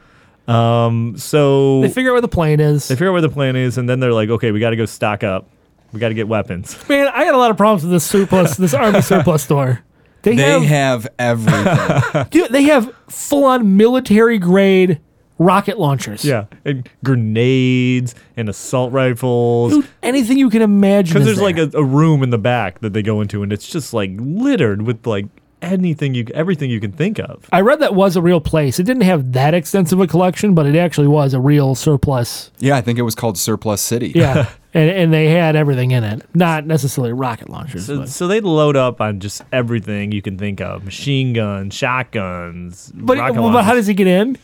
[SPEAKER 7] So
[SPEAKER 1] They figure out where the plane is.
[SPEAKER 7] They figure out where the plan is, and then they're like, okay, we got to go stock up. We got to get weapons.
[SPEAKER 1] Man, I had a lot of problems with this surplus, this army surplus store. They,
[SPEAKER 8] They
[SPEAKER 1] have
[SPEAKER 8] have everything.
[SPEAKER 1] Dude, they have full on military grade rocket launchers.
[SPEAKER 7] Yeah. And grenades and assault rifles.
[SPEAKER 1] Dude, anything you can imagine.
[SPEAKER 7] Because
[SPEAKER 1] is
[SPEAKER 7] there's
[SPEAKER 1] there.
[SPEAKER 7] like a, a room in the back that they go into, and it's just like littered with like anything you, everything you can think of.
[SPEAKER 1] I read that was a real place. It didn't have that extensive a collection, but it actually was a real surplus.
[SPEAKER 8] yeah, I think it was called Surplus City.
[SPEAKER 1] Yeah. and, and they had everything in it. Not necessarily rocket launchers.
[SPEAKER 7] So,
[SPEAKER 1] but
[SPEAKER 7] so they load up on just everything you can think of machine guns, shotguns,
[SPEAKER 1] but,
[SPEAKER 7] rocket
[SPEAKER 1] well, but how
[SPEAKER 7] launchers.
[SPEAKER 1] does he get in?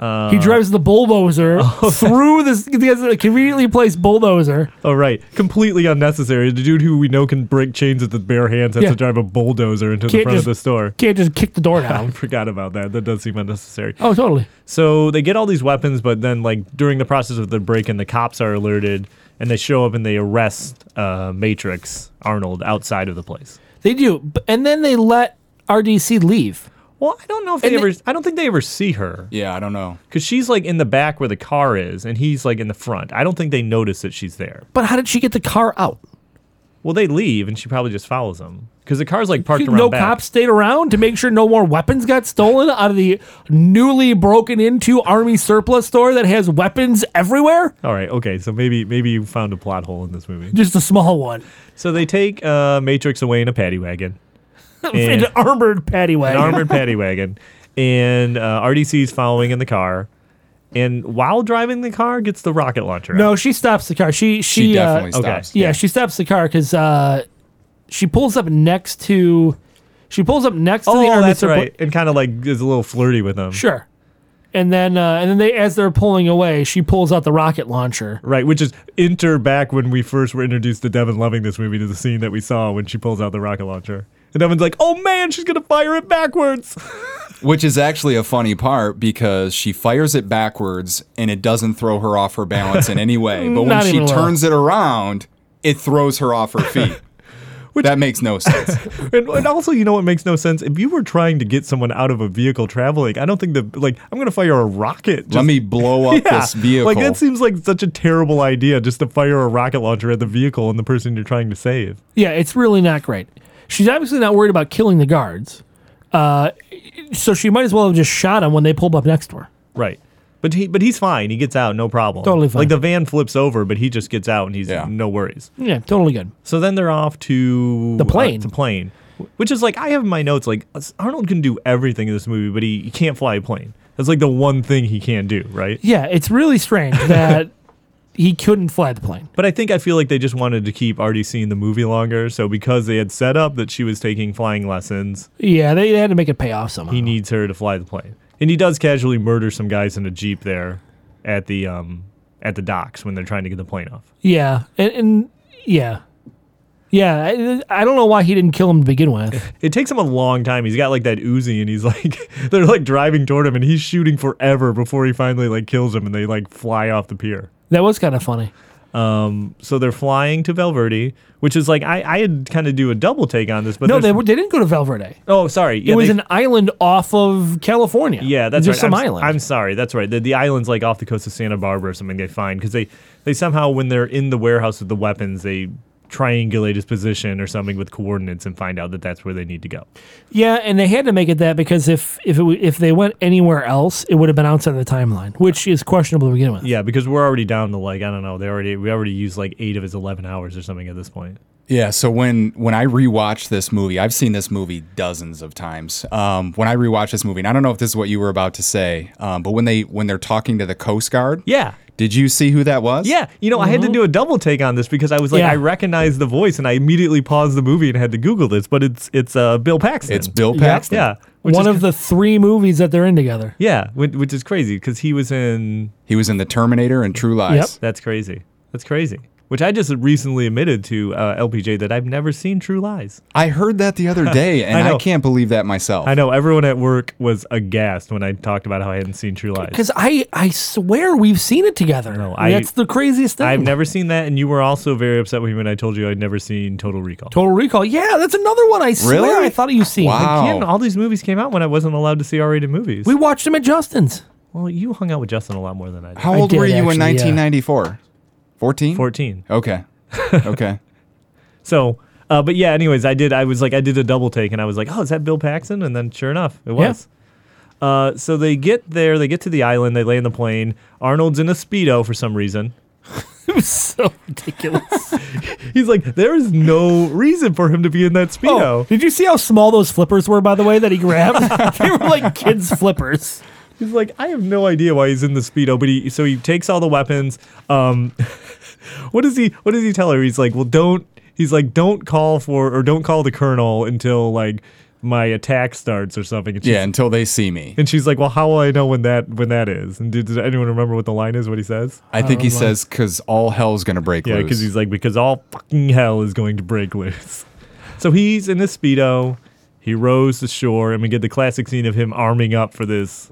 [SPEAKER 7] Uh,
[SPEAKER 1] he drives the bulldozer through this. He has a conveniently placed bulldozer.
[SPEAKER 7] Oh, right. Completely unnecessary. The dude who we know can break chains with his bare hands has
[SPEAKER 1] Yeah.
[SPEAKER 7] to drive a bulldozer into the
[SPEAKER 1] Can't
[SPEAKER 7] front
[SPEAKER 1] just-
[SPEAKER 7] of the store.
[SPEAKER 1] Can't just kick the door
[SPEAKER 7] I
[SPEAKER 1] down.
[SPEAKER 7] forgot about that. That does seem unnecessary.
[SPEAKER 1] oh, totally.
[SPEAKER 7] So they get all these weapons, but then like during the process of the break in, the cops are alerted and they show up and they arrest uh, Matrix Arnold outside of the place.
[SPEAKER 1] They do. B- And then they let RDC leave?
[SPEAKER 7] Well, I don't know if they
[SPEAKER 1] And
[SPEAKER 7] ever.
[SPEAKER 1] the-
[SPEAKER 7] I don't think they ever see her
[SPEAKER 8] Yeah, I don't know.
[SPEAKER 7] because she's like in the back where the car is, and he's like in the front. I don't think they notice that she's there.
[SPEAKER 1] But how did she get the car out?
[SPEAKER 7] Well, they leave, and she probably just follows them because the car's like parked around.
[SPEAKER 1] No
[SPEAKER 7] back.
[SPEAKER 1] cops stayed around to make sure no more weapons got stolen out of the newly broken into army surplus store that has weapons everywhere.
[SPEAKER 7] All right, okay, so maybe maybe you found a plot hole in this movie.
[SPEAKER 1] Just a small one,
[SPEAKER 7] So they take uh, Matrix away in a paddy wagon,
[SPEAKER 1] an
[SPEAKER 7] and,
[SPEAKER 1] armored paddy wagon.
[SPEAKER 7] an armored paddy wagon, and uh, RDC's following in the car, and while driving the car, gets the rocket launcher. out.
[SPEAKER 1] no, she stops the car. She she,
[SPEAKER 8] She
[SPEAKER 1] uh,
[SPEAKER 8] definitely
[SPEAKER 7] okay.
[SPEAKER 8] stops.
[SPEAKER 1] yeah, she stops the car because uh, she pulls up next to she pulls up next to the
[SPEAKER 7] Oh,
[SPEAKER 1] army
[SPEAKER 7] that's
[SPEAKER 1] surplus.
[SPEAKER 7] right. And kind of like is a little flirty with them.
[SPEAKER 1] Sure. And then uh, and then they as they're pulling away, she pulls out the rocket launcher.
[SPEAKER 7] Right, which is enter back when we first were introduced to Devin loving this movie to the scene that we saw when she pulls out the rocket launcher. And Devin's like, oh man, she's going to fire it backwards.
[SPEAKER 8] Which is actually a funny part because she fires it backwards and it doesn't throw her off her balance in any way. But when
[SPEAKER 1] Not even
[SPEAKER 8] she
[SPEAKER 1] a little.
[SPEAKER 8] turns it around, it throws her off her feet. that makes no sense.
[SPEAKER 7] and, and also, you know what makes no sense? If you were trying to get someone out of a vehicle traveling, I don't think that, like, I'm going to fire a rocket.
[SPEAKER 8] Let
[SPEAKER 7] Just,
[SPEAKER 8] me blow up
[SPEAKER 7] Yeah.
[SPEAKER 8] this vehicle.
[SPEAKER 7] Like, that seems like such a terrible idea just to fire a rocket launcher at the vehicle and the person you're trying to save.
[SPEAKER 1] Yeah, it's really not great. She's obviously not worried about killing the guards. Uh, so she might as well have just shot him when they pulled up next to her.
[SPEAKER 7] Right. But he, but he's fine. He gets out, no problem.
[SPEAKER 1] Totally fine.
[SPEAKER 7] Like the van flips over, but he just gets out and he's
[SPEAKER 8] Yeah.
[SPEAKER 7] no worries.
[SPEAKER 1] Yeah, totally good.
[SPEAKER 7] So then they're off to
[SPEAKER 1] The plane.
[SPEAKER 7] uh, to plane, wh- which is like I have in my notes like us- Arnold can do everything in this movie, but he, he can't fly a plane. That's like the one thing he can do, right?
[SPEAKER 1] Yeah, it's really strange that he couldn't fly the plane.
[SPEAKER 7] But I think I feel like they just wanted to keep RDC in the movie longer. So because they had set up that she was taking flying lessons,
[SPEAKER 1] Yeah, they, they had to make it pay off somehow.
[SPEAKER 7] he needs her to fly the plane, and he does casually murder some guys in a jeep there at the um at the docks when they're trying to get the plane off.
[SPEAKER 1] yeah, and, and yeah, yeah. I, I don't know why he didn't kill him to begin with.
[SPEAKER 7] It takes him a long time. He's got like that Uzi, and he's like, they're like driving toward him, and he's shooting forever before he finally like kills him, and they like fly off the pier.
[SPEAKER 1] That was kind of funny.
[SPEAKER 7] So they're flying to Valverde, which is like I I had kind of do a double take on this, but
[SPEAKER 1] No, they,
[SPEAKER 7] there's-
[SPEAKER 1] were- they didn't go to Valverde.
[SPEAKER 7] oh sorry, yeah,
[SPEAKER 1] it was
[SPEAKER 7] they-
[SPEAKER 1] an island off of California.
[SPEAKER 7] yeah, that's
[SPEAKER 1] just
[SPEAKER 7] right.
[SPEAKER 1] some
[SPEAKER 7] I'm, s-
[SPEAKER 1] island.
[SPEAKER 7] I'm sorry, that's right. The, the island's like off the coast of Santa Barbara or something. They find because they they somehow when they're in the warehouse with the weapons they triangulate his position or something with coordinates and find out that that's where they need to go.
[SPEAKER 1] Yeah, and they had to make it that because if if it, w- if they went anywhere else, it would have been outside of the timeline, which is questionable to begin with.
[SPEAKER 7] Yeah, because we're already down to like I don't know. They already we already used like eight of his eleven hours or something at this point.
[SPEAKER 8] Yeah, so when when I rewatched this movie, I've seen this movie dozens of times. Um, when I rewatched this movie, and I don't know if this is what you were about to say, um, but when they when they're talking to the Coast Guard,
[SPEAKER 7] Yeah.
[SPEAKER 8] did you see who that was?
[SPEAKER 7] Yeah, you know, I had to do a double take on this because I was like,
[SPEAKER 1] Yeah.
[SPEAKER 7] I recognized the voice, and I immediately paused the movie and had to Google this. But it's it's uh, Bill Paxton.
[SPEAKER 8] it's Bill Paxton.
[SPEAKER 7] Yeah, which
[SPEAKER 1] One
[SPEAKER 7] is-
[SPEAKER 1] of the three movies that they're in together.
[SPEAKER 7] yeah, which, which is crazy because he was in.
[SPEAKER 8] he was in the Terminator and True Lies.
[SPEAKER 7] That's crazy. That's crazy. Which I just recently admitted to uh, LPJ that I've never seen True Lies.
[SPEAKER 8] I heard that the other day, and
[SPEAKER 7] I
[SPEAKER 8] I,
[SPEAKER 7] know.
[SPEAKER 8] can't believe that myself.
[SPEAKER 7] I know everyone at work was aghast when I talked about how I hadn't seen True Lies.
[SPEAKER 1] Because I I swear we've seen it together. No,
[SPEAKER 7] I-
[SPEAKER 1] that's the craziest thing.
[SPEAKER 7] I've never seen that, and you were also very upset with me when I told you I'd never seen Total Recall.
[SPEAKER 1] Total Recall. Yeah, that's another one. I swear
[SPEAKER 8] Really?
[SPEAKER 1] I thought you seen.
[SPEAKER 8] Wow.
[SPEAKER 7] Again, all these movies came out when I wasn't allowed to see R-rated movies.
[SPEAKER 1] We watched them at Justin's.
[SPEAKER 7] well, you hung out with Justin a lot more than I did.
[SPEAKER 8] How
[SPEAKER 1] I
[SPEAKER 8] old
[SPEAKER 1] did
[SPEAKER 8] were you
[SPEAKER 1] actually,
[SPEAKER 8] in
[SPEAKER 1] yeah.
[SPEAKER 8] 1994? 14?
[SPEAKER 7] 14.
[SPEAKER 8] Okay. Okay.
[SPEAKER 7] So, uh, but yeah, anyways, I did. I was like, I did a double take, and I was like, oh, is that Bill Paxton? And then, sure enough, it
[SPEAKER 1] Yeah.
[SPEAKER 7] was. Uh, so they get there, they get to the island, they land the plane. Arnold's in a speedo for some reason.
[SPEAKER 1] It was so ridiculous.
[SPEAKER 7] He's like, there is no reason for him to be in that
[SPEAKER 1] oh,
[SPEAKER 7] speedo.
[SPEAKER 1] did you see how small those flippers were? By the way, that he grabbed. they were like kids' flippers.
[SPEAKER 7] He's like, I have no idea why he's in the speedo, but he so he takes all the weapons. Um, what does he What does he tell her? He's like, well, don't. He's like, don't call for or don't call the colonel until like my attack starts or something. And she's
[SPEAKER 8] Yeah, until they see me.
[SPEAKER 7] And she's like, "Well, how will I know when that when that is?" And did, did anyone remember what the line is? What he says?
[SPEAKER 8] I think he says, because all hell's going to break
[SPEAKER 7] Oh Yeah,
[SPEAKER 8] loose.
[SPEAKER 7] because he's like, "Because all fucking hell is going to break loose." So he's in his speedo. He rows to shore, and we get the classic scene of him arming up for this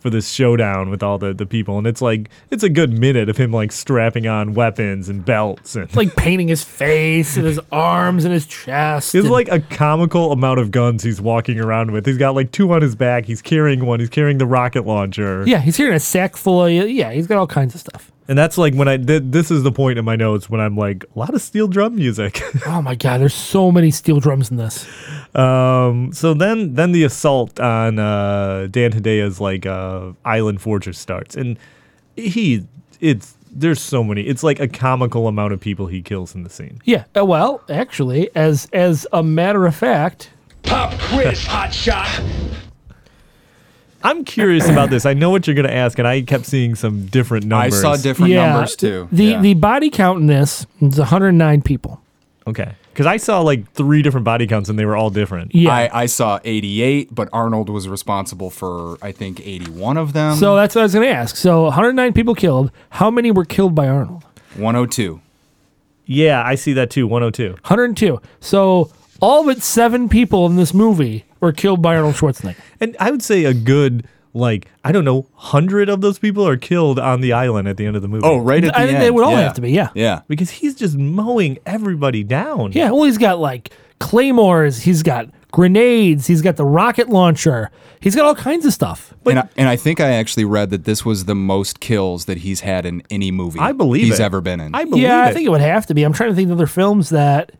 [SPEAKER 7] for this showdown with all the, the people. And it's like it's a good minute of him like strapping on weapons and belts and
[SPEAKER 1] It's like painting his face and his arms and his chest.
[SPEAKER 7] It's
[SPEAKER 1] and-
[SPEAKER 7] like a comical amount of guns he's walking around with. He's got like two on his back. He's carrying one. He's carrying the rocket launcher.
[SPEAKER 1] yeah, he's hearing a sack full of yeah. He's got all kinds of stuff.
[SPEAKER 7] And that's like when I th- this is the point in my notes when I'm like a lot of steel drum music.
[SPEAKER 1] Oh my god, there's so many steel drums in this.
[SPEAKER 7] um, so then then the assault on uh, Dan Hidea's like uh, island fortress starts, and he it's there's so many. It's like a comical amount of people he kills in the scene.
[SPEAKER 1] Yeah. uh, Well, actually, as as a matter of fact,
[SPEAKER 5] Pop quiz, hot shot.
[SPEAKER 7] I'm curious about this. I know what you're gonna ask, and I kept seeing some different
[SPEAKER 8] I
[SPEAKER 7] numbers.
[SPEAKER 8] saw different numbers too.
[SPEAKER 1] The
[SPEAKER 8] Yeah.
[SPEAKER 1] the body count in this is 109 people.
[SPEAKER 7] Okay. Because I saw like three different body counts and they were all different.
[SPEAKER 1] Yeah.
[SPEAKER 8] I, I saw 88, but Arnold was responsible for I think 81 of them.
[SPEAKER 1] so that's what I was going to ask. So 109 people killed. How many were killed by Arnold?
[SPEAKER 8] 102.
[SPEAKER 7] Yeah, I see that too. 102.
[SPEAKER 1] 102. So all but seven people in this movie were killed by Arnold Schwarzenegger.
[SPEAKER 7] And I would say a good, like, I don't know, 100 of those people are killed on the island at the end of the movie.
[SPEAKER 8] Oh, right at the
[SPEAKER 1] I
[SPEAKER 8] end.
[SPEAKER 1] think they would all
[SPEAKER 8] yeah.
[SPEAKER 1] have to be, yeah.
[SPEAKER 8] Yeah.
[SPEAKER 7] Because he's just mowing everybody down.
[SPEAKER 1] Yeah. Well, he's got like claymores. He's got grenades. He's got the rocket launcher. He's got all kinds of stuff.
[SPEAKER 8] and, I, and I think I actually read that this was the most kills that he's had in any movie
[SPEAKER 7] I believe
[SPEAKER 8] he's
[SPEAKER 7] it.
[SPEAKER 8] ever been in.
[SPEAKER 7] I believe
[SPEAKER 1] yeah,
[SPEAKER 7] it.
[SPEAKER 1] I think it would have to be. I'm trying to think of other films that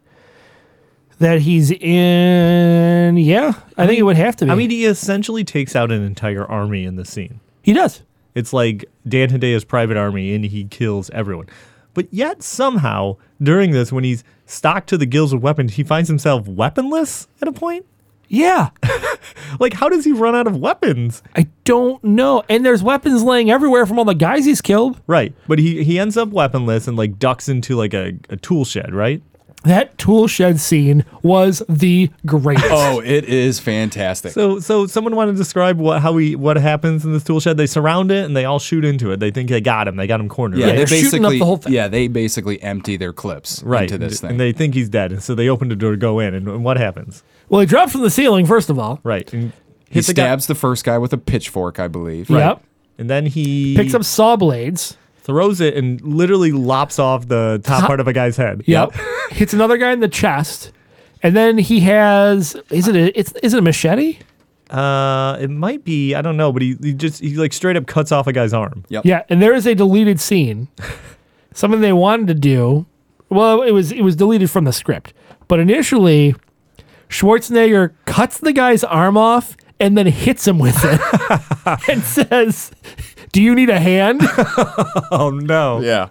[SPEAKER 1] that he's in. Yeah, I, think it would have to be.
[SPEAKER 7] I mean, he essentially takes out an entire army in the scene.
[SPEAKER 1] he does.
[SPEAKER 7] It's like Dan Hidea's private army and he kills everyone. But yet somehow during this, when he's stocked to the gills with weapons, he finds himself weaponless at a point.
[SPEAKER 1] Yeah,
[SPEAKER 7] Like, how does he run out of weapons?
[SPEAKER 1] I don't know. And there's weapons laying everywhere from all the guys he's killed.
[SPEAKER 7] Right. But he, he ends up weaponless and like ducks into like a, a tool shed, right?
[SPEAKER 1] That tool shed scene was the greatest.
[SPEAKER 8] oh, it is fantastic.
[SPEAKER 7] So so someone want to describe what how he what happens in this tool shed? They surround it and they all shoot into it. They think they got him. They got him cornered.
[SPEAKER 8] yeah,
[SPEAKER 7] right?
[SPEAKER 8] they
[SPEAKER 1] they're shooting up
[SPEAKER 8] basically
[SPEAKER 1] the whole thing.
[SPEAKER 8] yeah they basically empty their clips
[SPEAKER 7] right.
[SPEAKER 8] into this
[SPEAKER 7] And
[SPEAKER 8] thing.
[SPEAKER 7] they think he's dead. And so they open the door to go in and, and what happens?
[SPEAKER 1] Well, he drops from the ceiling first of all.
[SPEAKER 7] Right. And
[SPEAKER 8] He
[SPEAKER 7] hits a guy-
[SPEAKER 8] stabs the first guy with a pitchfork, I believe.
[SPEAKER 1] Yep.
[SPEAKER 7] And then he
[SPEAKER 1] Picks up saw blades.
[SPEAKER 7] throws it and literally lops off the top part of a guy's head.
[SPEAKER 1] Hits another guy in the chest. And then he has is it a, it's is it a machete?
[SPEAKER 7] Uh, it might be I don't know, but he, he just he like straight up cuts off a guy's arm.
[SPEAKER 8] Yep.
[SPEAKER 1] Yeah, and there is a deleted scene. Something they wanted to do. Well, it was it was deleted from the script. But initially, Schwarzenegger cuts the guy's arm off and then hits him with it and says, "Do you need a hand?"
[SPEAKER 7] Oh no.
[SPEAKER 8] Yeah.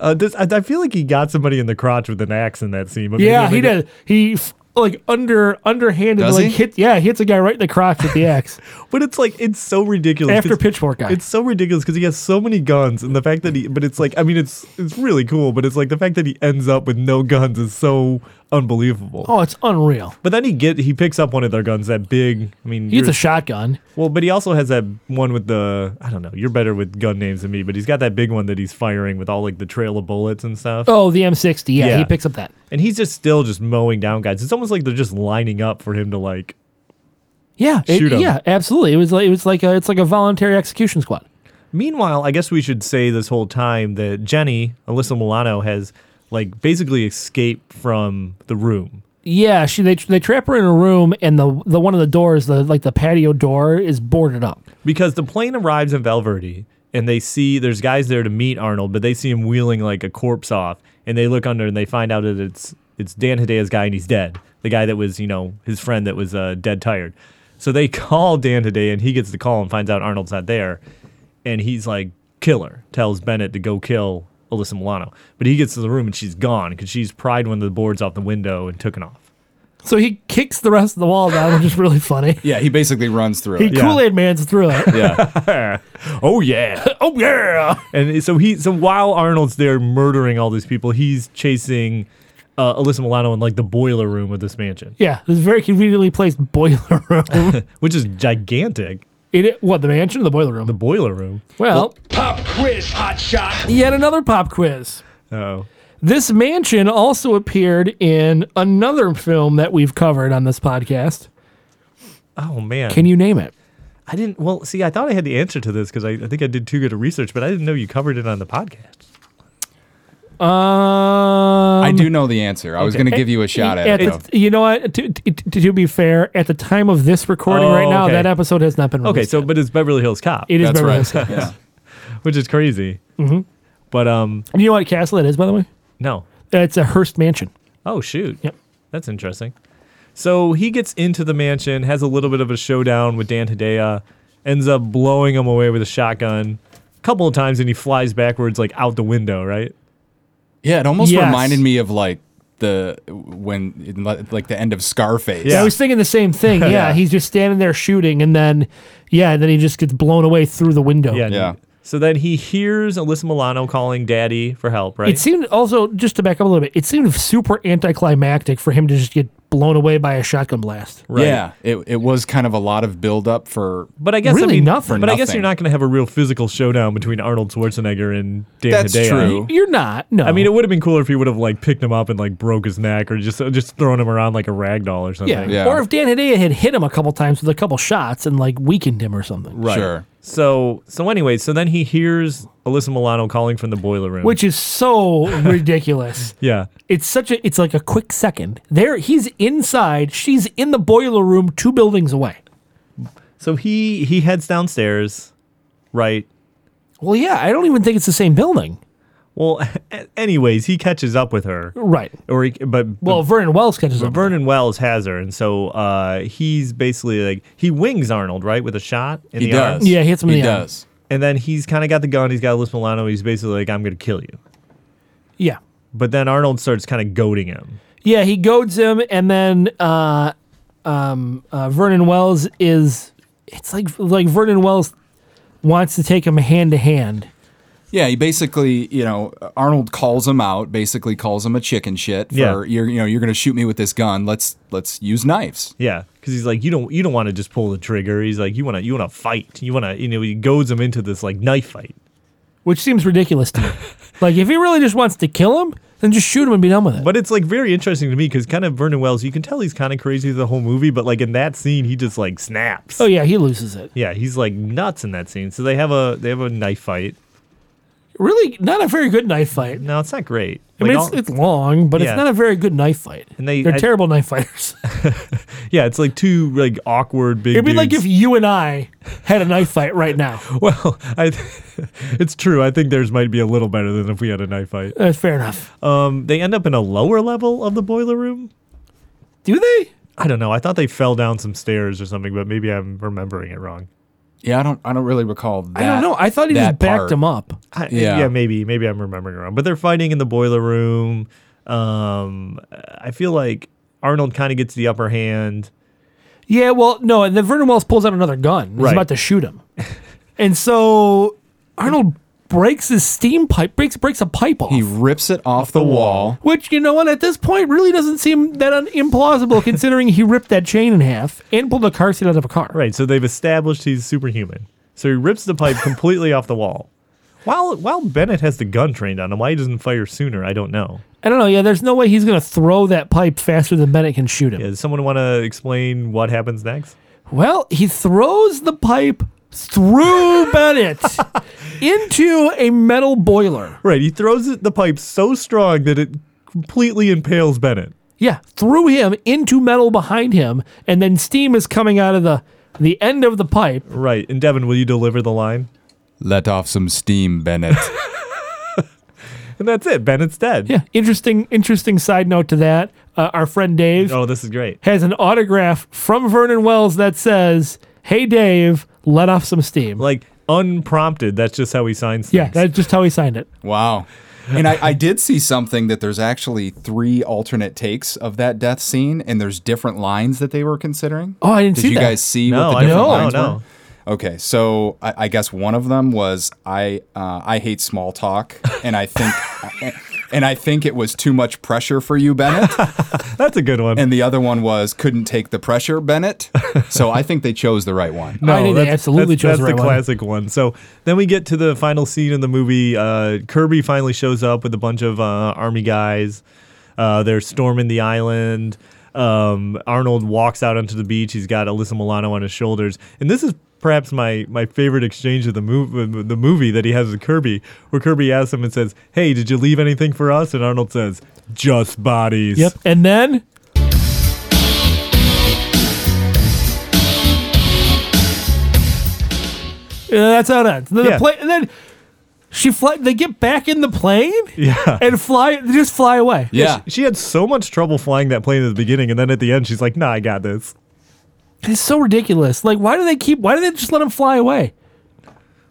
[SPEAKER 7] Uh, this, I, I feel like he got somebody in the crotch with an axe in that scene. But maybe
[SPEAKER 1] yeah,
[SPEAKER 7] I'm
[SPEAKER 1] he
[SPEAKER 7] thinking-
[SPEAKER 1] did. He f- like under underhanded
[SPEAKER 8] Does
[SPEAKER 1] like
[SPEAKER 8] he?
[SPEAKER 1] hit yeah, hits a guy right in the crotch with the axe
[SPEAKER 7] But it's like it's so ridiculous.
[SPEAKER 1] after
[SPEAKER 7] 'cause-
[SPEAKER 1] pitchfork guy.
[SPEAKER 7] It's so ridiculous because he has so many guns, and the fact that he, but it's like, I mean, it's it's really cool, but it's like the fact that he ends up with no guns is so unbelievable.
[SPEAKER 1] oh, it's unreal.
[SPEAKER 7] But then he get he picks up one of their guns, that big. I mean,
[SPEAKER 1] He gets
[SPEAKER 7] you're-
[SPEAKER 1] a shotgun.
[SPEAKER 7] Well, but he also has that one with the I don't know. You're better with gun names than me, but he's got that big one that he's firing with all like the trail of bullets and stuff.
[SPEAKER 1] Oh, the M60. Yeah,
[SPEAKER 7] Yeah.
[SPEAKER 1] he picks up that.
[SPEAKER 7] And he's just still just mowing down guys. It's almost like they're just lining up for him to like.
[SPEAKER 1] Yeah, it-
[SPEAKER 7] Shoot 'em.
[SPEAKER 1] yeah, absolutely. It was like it was like a, it's like a voluntary execution squad.
[SPEAKER 7] Meanwhile, I guess we should say this whole time that Jenny Alyssa Milano has like basically escaped from the room.
[SPEAKER 1] Yeah, she they they trap her in a room, and the the one of the doors, the like the patio door, is boarded up.
[SPEAKER 7] because the plane arrives in Valverde and they see there's guys there to meet Arnold, but they see him wheeling like a corpse off, and they look under and they find out that it's it's Dan Hidea's guy and he's dead. The guy that was you know his friend that was uh, dead tired. So they call Dan Hidea and he gets the call and finds out Arnold's not there, and he's like killer tells Bennett to go kill Alyssa Milano, but he gets to the room and she's gone because she's pried one of the boards off the window and took it off.
[SPEAKER 1] So he kicks the rest of the wall down, which is really funny.
[SPEAKER 8] Yeah, he basically runs through
[SPEAKER 1] He
[SPEAKER 8] it.
[SPEAKER 1] Kool Aid Man's through it.
[SPEAKER 8] Yeah.
[SPEAKER 7] Oh yeah.
[SPEAKER 1] oh yeah,
[SPEAKER 7] And so he, so while Arnold's there murdering all these people, he's chasing uh, Alyssa Milano in like the boiler room of this mansion,
[SPEAKER 1] yeah. This very conveniently placed boiler room.
[SPEAKER 7] which is gigantic.
[SPEAKER 1] it what the mansion, or the boiler room.
[SPEAKER 7] The boiler room.
[SPEAKER 1] well,
[SPEAKER 5] Pop quiz, hot shot.
[SPEAKER 1] yet another pop quiz.
[SPEAKER 7] Oh,
[SPEAKER 1] This mansion also appeared in another film that we've covered on this podcast.
[SPEAKER 7] oh man.
[SPEAKER 1] Can you name it?
[SPEAKER 7] I didn't. Well, see, I thought I had the answer to this because I, I think I did too good a research, but I didn't know you covered it on the podcast.
[SPEAKER 1] Um,
[SPEAKER 8] I do know the answer. I was going to give you a shot at, it. though.
[SPEAKER 1] the, you know what? To, to, to be fair, at the time of this recording
[SPEAKER 7] Oh,
[SPEAKER 1] right now,
[SPEAKER 7] okay.
[SPEAKER 1] that episode has not been released.
[SPEAKER 7] Okay, so
[SPEAKER 1] yet.
[SPEAKER 7] but it's Beverly Hills Cop,
[SPEAKER 1] it is
[SPEAKER 8] That's
[SPEAKER 1] Beverly
[SPEAKER 8] right.
[SPEAKER 1] Hills Cop.
[SPEAKER 8] Yeah.
[SPEAKER 7] which is crazy. Mm-hmm. But um,
[SPEAKER 1] You know what castle that is, by the way?
[SPEAKER 7] no.
[SPEAKER 1] It's a Hearst Mansion.
[SPEAKER 7] Oh shoot.
[SPEAKER 1] Yep.
[SPEAKER 7] That's interesting. So he gets into the mansion, has a little bit of a showdown with Dan Hedaya, ends up blowing him away with a shotgun a couple of times, and he flies backwards like out the window, right?
[SPEAKER 8] Yeah, it almost
[SPEAKER 1] Yes.
[SPEAKER 8] reminded me of like the when like the end of Scarface.
[SPEAKER 1] I
[SPEAKER 7] Yeah.
[SPEAKER 1] was thinking the same thing. Yeah,
[SPEAKER 8] Yeah.
[SPEAKER 1] he's just standing there shooting, and then, yeah, and then he just gets blown away through the window.
[SPEAKER 7] Yeah.
[SPEAKER 8] Yeah.
[SPEAKER 7] So then he hears Alyssa Milano calling Daddy for help, right?
[SPEAKER 1] It seemed also just to back up a little bit. It seemed super anticlimactic for him to just get blown away by a shotgun blast.
[SPEAKER 7] right.
[SPEAKER 8] Yeah, it, it was kind of a lot of buildup for.
[SPEAKER 7] But I guess
[SPEAKER 1] Really
[SPEAKER 7] I mean,
[SPEAKER 1] nothing.
[SPEAKER 7] But I guess
[SPEAKER 8] Nothing.
[SPEAKER 7] you're not going to have a real physical showdown between Arnold Schwarzenegger and Dan
[SPEAKER 8] That's
[SPEAKER 7] Hedaya.
[SPEAKER 8] true.
[SPEAKER 1] You're not. No,
[SPEAKER 7] I mean, it would have been cooler if he would have like picked him up and like broke his neck, or just just thrown him around like a rag doll or something.
[SPEAKER 1] yeah.
[SPEAKER 8] Yeah.
[SPEAKER 1] Or if Dan Hedaya had hit him a couple times with a couple shots and like weakened him or something,
[SPEAKER 8] Right. Sure.
[SPEAKER 7] So so anyway, so then he hears Alyssa Milano calling from the boiler room.
[SPEAKER 1] which is so ridiculous.
[SPEAKER 7] yeah,
[SPEAKER 1] It's such a. It's like a quick second. There, he's inside. She's in the boiler room, two buildings away.
[SPEAKER 7] so he he heads downstairs, right?
[SPEAKER 1] Well, yeah, I don't even think it's the same building.
[SPEAKER 7] Well, a- anyways, he catches up with her,
[SPEAKER 1] Right.
[SPEAKER 7] or he, but
[SPEAKER 1] Well, Vernon Wells catches
[SPEAKER 7] but
[SPEAKER 1] up.
[SPEAKER 7] Vernon Wells has her, and so uh, he's basically like he wings Arnold right with a shot in
[SPEAKER 8] He
[SPEAKER 7] the
[SPEAKER 8] does.
[SPEAKER 7] arms,
[SPEAKER 1] Yeah, he hits him in
[SPEAKER 8] He
[SPEAKER 1] the eye.
[SPEAKER 8] does.
[SPEAKER 7] and then he's kind of got the gun. He's got Alyssa Milano. He's basically like, "I'm gonna kill you,"
[SPEAKER 1] Yeah.
[SPEAKER 7] but then Arnold starts kind of goading him.
[SPEAKER 1] Yeah, he goads him, and then uh, um, uh, Vernon Wells is. It's like like Vernon Wells wants to take him hand to hand.
[SPEAKER 8] Yeah, he basically, you know, Arnold calls him out, basically calls him a chicken shit for
[SPEAKER 7] Yeah.
[SPEAKER 8] you're, you know, you're going to shoot me with this gun. Let's let's use knives.
[SPEAKER 7] Yeah, because he's like, you don't you don't want to just pull the trigger. He's like, you want to you want to fight. You want to you know he goads him into this like knife fight.
[SPEAKER 1] which seems ridiculous to me. like, if he really just wants to kill him, then just shoot him and be done with it.
[SPEAKER 7] But it's like very interesting to me because kind of Vernon Wells, you can tell he's kind of crazy the whole movie, but like in that scene, he just like snaps.
[SPEAKER 1] oh yeah, he loses it.
[SPEAKER 7] Yeah, he's like nuts in that scene. So they have a they have a knife fight.
[SPEAKER 1] Really, not a very good knife fight.
[SPEAKER 7] No, it's not great.
[SPEAKER 1] I mean,
[SPEAKER 7] Like,
[SPEAKER 1] it's,
[SPEAKER 7] all-
[SPEAKER 1] it's long, but
[SPEAKER 7] Yeah.
[SPEAKER 1] it's not a very good knife fight.
[SPEAKER 7] And they-
[SPEAKER 1] they're
[SPEAKER 7] I-
[SPEAKER 1] terrible knife fighters.
[SPEAKER 7] yeah, it's like two like awkward big.
[SPEAKER 1] It'd be like if
[SPEAKER 7] dudes.
[SPEAKER 1] you and I had a knife fight right now.
[SPEAKER 7] well, I, it's true. I think theirs might be a little better than if we had a knife fight.
[SPEAKER 1] That's fair enough.
[SPEAKER 7] Um, they end up in a lower level of the boiler room.
[SPEAKER 1] Do they?
[SPEAKER 7] I don't know. I thought they fell down some stairs or something, but maybe I'm remembering it wrong.
[SPEAKER 8] Yeah, I don't I don't really recall that.
[SPEAKER 1] I don't know. I thought he just
[SPEAKER 8] that
[SPEAKER 1] backed
[SPEAKER 8] part.
[SPEAKER 1] him up.
[SPEAKER 7] I, yeah.
[SPEAKER 8] Yeah.
[SPEAKER 7] maybe maybe I'm remembering it wrong. But they're fighting in the boiler room. Um, I feel like Arnold kind of gets the upper hand.
[SPEAKER 1] Yeah, well, no, and then Vernon Wells pulls out another gun. He's
[SPEAKER 7] Right.
[SPEAKER 1] about to shoot him. and so Arnold breaks his steam pipe, breaks breaks a pipe off.
[SPEAKER 8] He rips it off the wall.
[SPEAKER 1] which, you know what, at this point really doesn't seem that un- implausible considering he ripped that chain in half and pulled a car seat out of a car.
[SPEAKER 7] Right. So they've established he's superhuman. So he rips the pipe completely off the wall. While while Bennett has the gun trained on him, why he doesn't fire sooner? I don't know.
[SPEAKER 1] I don't know. Yeah, there's no way he's going to throw that pipe faster than Bennett can shoot him.
[SPEAKER 7] Does someone want to explain what happens next?
[SPEAKER 1] Well, he throws the pipe through Bennett into a metal boiler.
[SPEAKER 7] Right. He throws it- the pipe so strong that it completely impales Bennett.
[SPEAKER 1] Yeah, threw him into metal behind him, and then steam is coming out of the the end of the pipe.
[SPEAKER 7] Right. And Devin, will you deliver the line?
[SPEAKER 8] Let off some steam, Bennett.
[SPEAKER 7] And that's it. Bennett's dead.
[SPEAKER 1] Yeah, interesting. Interesting side note to that. Uh, our friend Dave
[SPEAKER 7] Oh, this is great.
[SPEAKER 1] has an autograph from Vernon Wells that says, "Hey Dave, let off some steam."
[SPEAKER 7] like unprompted. That's just how he signs
[SPEAKER 1] Yeah,
[SPEAKER 7] things.
[SPEAKER 1] that's just how he signed it.
[SPEAKER 8] wow. And I, I did see something that there's actually three alternate takes of that death scene, and there's different lines that they were considering.
[SPEAKER 1] Oh, I didn't
[SPEAKER 8] Did
[SPEAKER 1] see
[SPEAKER 8] you
[SPEAKER 1] that.
[SPEAKER 8] guys see
[SPEAKER 7] No,
[SPEAKER 8] what the
[SPEAKER 7] I
[SPEAKER 8] different
[SPEAKER 7] don't.
[SPEAKER 8] lines
[SPEAKER 7] No, no.
[SPEAKER 8] were? Okay, so I, I guess one of them was I uh, I hate small talk, and I think and I think it was too much pressure for you, Bennett.
[SPEAKER 7] that's a good one.
[SPEAKER 8] And the other one was couldn't take the pressure, Bennett. So I think they chose the right one.
[SPEAKER 1] I think they
[SPEAKER 7] that's-
[SPEAKER 1] absolutely
[SPEAKER 7] that's,
[SPEAKER 1] chose
[SPEAKER 7] that's
[SPEAKER 1] the
[SPEAKER 7] the,
[SPEAKER 1] right one.
[SPEAKER 7] classic one. So then we get to the final scene in the movie. Uh, Kirby finally shows up with a bunch of uh, army guys. Uh, they're storming the island. Um, Arnold walks out onto the beach. He's got Alyssa Milano on his shoulders, and this is perhaps my my favorite exchange of the movie the movie that he has with Kirby, where Kirby asks him and says, "Hey, did you leave anything for us?" And Arnold says, "Just bodies."
[SPEAKER 1] Yep. And then Yeah, that's how it ends. Then the
[SPEAKER 7] Yeah.
[SPEAKER 1] plane, and then she fly. They get back in the plane.
[SPEAKER 7] Yeah.
[SPEAKER 1] And fly. They just fly away.
[SPEAKER 8] Yeah.
[SPEAKER 7] She had so much trouble flying that plane at the beginning, and then at the end, she's like, "Nah, I got this."
[SPEAKER 1] It's so ridiculous. Like, why do they keep? Why do they just let them fly away?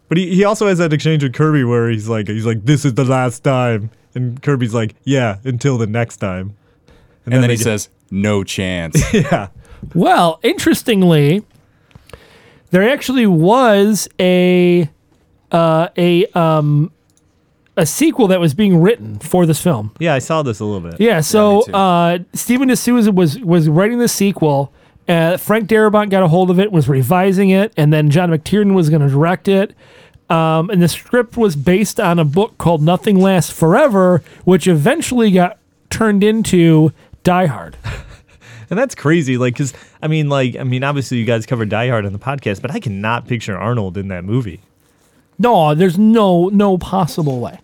[SPEAKER 7] But he, he also has that exchange with Kirby where he's like, "He's like, this is the last time," and Kirby's like, "Yeah, until the next time."
[SPEAKER 8] And then
[SPEAKER 7] they
[SPEAKER 8] he
[SPEAKER 7] get-
[SPEAKER 8] says, "No chance."
[SPEAKER 1] Well, interestingly, there actually was a uh, a um, a sequel that was being written for this film.
[SPEAKER 7] "Yeah, I saw this a little bit."
[SPEAKER 1] Yeah, so
[SPEAKER 8] too.
[SPEAKER 1] uh, Stephen D'Souza was was writing the sequel. Uh, Frank Darabont got a hold of it, was revising it, and then John McTiernan was going to direct it. Um, and the script was based on a book called Nothing Lasts Forever, which eventually got turned into Die Hard.
[SPEAKER 7] And that's crazy, like, because I mean, like, I mean, obviously you guys covered Die Hard on the podcast, but I cannot picture Arnold in that movie
[SPEAKER 1] No, there's no no possible way.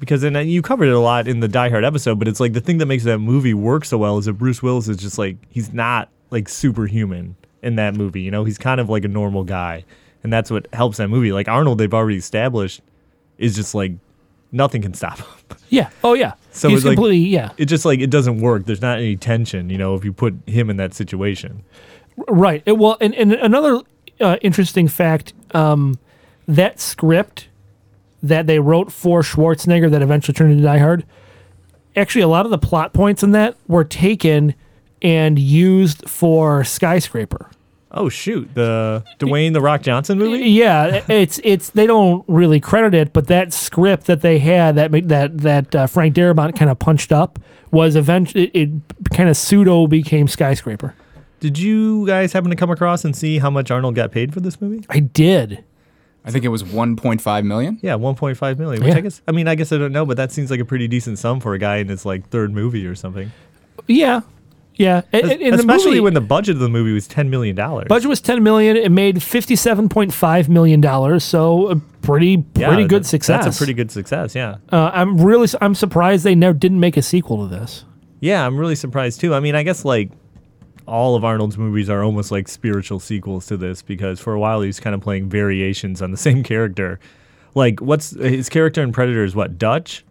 [SPEAKER 7] because, and uh, you covered it a lot in the Die Hard episode, but it's like the thing that makes that movie work so well is that Bruce Willis is just like he's not like superhuman in that movie. You know, he's kind of like a normal guy, and that's what helps that movie. Like Arnold, they've already established is just like nothing can stop him.
[SPEAKER 1] Yeah. Oh yeah.
[SPEAKER 7] So
[SPEAKER 1] he's
[SPEAKER 7] it's like-
[SPEAKER 1] completely yeah.
[SPEAKER 7] It just like it doesn't work. There's not any tension, you know, if you put him in that situation.
[SPEAKER 1] Right. It- well, and, and another uh, interesting fact um, that script that they wrote for Schwarzenegger that eventually turned into Die Hard, actually, a lot of the plot points in that were taken and used for Skyscraper.
[SPEAKER 7] Oh shoot, the Dwayne the Rock Johnson movie.
[SPEAKER 1] Yeah, it's it's they don't really credit it, but that script that they had that ma- that that uh, Frank Darabont kind of punched up was eventually it, it kind of pseudo became Skyscraper.
[SPEAKER 7] Did you guys happen to come across and see how much Arnold got paid for this movie?
[SPEAKER 1] I did.
[SPEAKER 8] I think it was 1.5 million.
[SPEAKER 7] Yeah, 1.5 million. Which
[SPEAKER 1] Yeah.
[SPEAKER 7] I guess I mean I guess I don't know, but that seems like a pretty decent sum for a guy in his like third movie or something.
[SPEAKER 1] Yeah, yeah. And, and- and the
[SPEAKER 7] Especially
[SPEAKER 1] movie-
[SPEAKER 7] when the budget of the movie was 10 million dollars.
[SPEAKER 1] Budget was ten million. It made fifty-seven point five million dollars. So a pretty
[SPEAKER 7] Yeah,
[SPEAKER 1] pretty
[SPEAKER 7] that-
[SPEAKER 1] good success.
[SPEAKER 7] That's a pretty good success. Yeah.
[SPEAKER 1] Uh, I'm really s- I'm surprised they never didn't make a sequel to this.
[SPEAKER 7] Yeah, I'm really surprised too. I mean, I guess like all of Arnold's movies are almost like spiritual sequels to this because for a while he's kind of playing variations on the same character. Like, what's his character in Predator is what Dutch?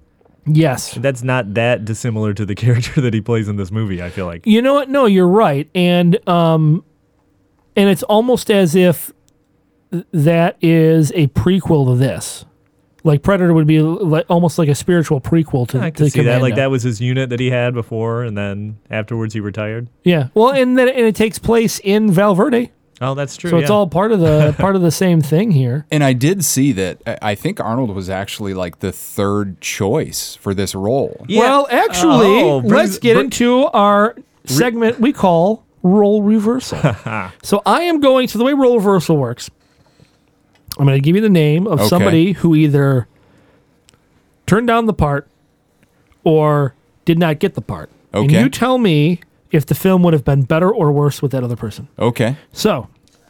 [SPEAKER 1] Yes.
[SPEAKER 7] That's not that dissimilar to the character that he plays in this movie. I feel like.
[SPEAKER 1] You know what? No, you're right. And um, and it's almost as if th- that is a prequel to this. Like Predator would be l- like almost like a spiritual prequel to,
[SPEAKER 7] I
[SPEAKER 1] to
[SPEAKER 7] can see that. Like
[SPEAKER 1] Commando.
[SPEAKER 7] that was his unit that he had before, and then afterwards he retired.
[SPEAKER 1] Yeah. Well, and then and it takes place in Valverde,
[SPEAKER 7] Oh, that's true.
[SPEAKER 1] so it's
[SPEAKER 7] yeah.
[SPEAKER 1] all part of the part of the same thing here.
[SPEAKER 8] And I did see that. uh, I- I think Arnold was actually like the third choice for this role.
[SPEAKER 7] Yeah.
[SPEAKER 1] Well, actually,
[SPEAKER 7] Oh, brings-
[SPEAKER 1] let's get
[SPEAKER 7] br-
[SPEAKER 1] into our segment we call role reversal. so I am going. So the way role reversal works, I'm going to give you the name of
[SPEAKER 8] Okay.
[SPEAKER 1] somebody who either turned down the part or did not get the part, and
[SPEAKER 8] Okay.
[SPEAKER 1] you tell me if the film would have been better or worse with that other person.
[SPEAKER 8] Okay.
[SPEAKER 1] So.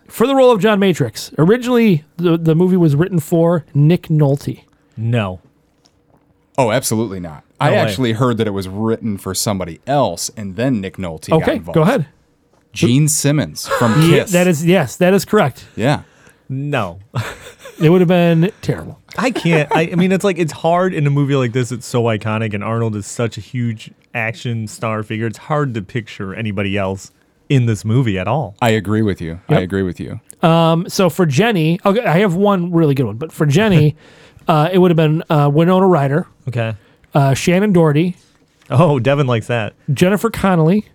[SPEAKER 1] For the role of John Matrix, originally the, the movie was written for Nick Nolte.
[SPEAKER 7] No.
[SPEAKER 8] Oh, absolutely not. I
[SPEAKER 7] way.
[SPEAKER 8] actually heard that it was written for somebody else, and then Nick Nolte got
[SPEAKER 1] Okay,
[SPEAKER 8] involved.
[SPEAKER 1] go ahead.
[SPEAKER 8] Gene Simmons from
[SPEAKER 1] Yeah,
[SPEAKER 8] Kiss.
[SPEAKER 1] that is yes, that is correct.
[SPEAKER 8] Yeah.
[SPEAKER 7] No.
[SPEAKER 1] It would have been terrible.
[SPEAKER 7] I can't. I, I mean, it's like it's hard in a movie like this. It's so iconic, and Arnold is such a huge action star figure. It's hard to picture anybody else in this movie at all.
[SPEAKER 8] I agree with you. I agree with you.
[SPEAKER 1] So for Jenny, okay, I have one really good one, but for Jenny, uh, it would have been uh, Winona Ryder,
[SPEAKER 7] Okay.
[SPEAKER 1] uh, Shannon Doherty,
[SPEAKER 7] Oh, Devin likes that.
[SPEAKER 1] Jennifer Connelly,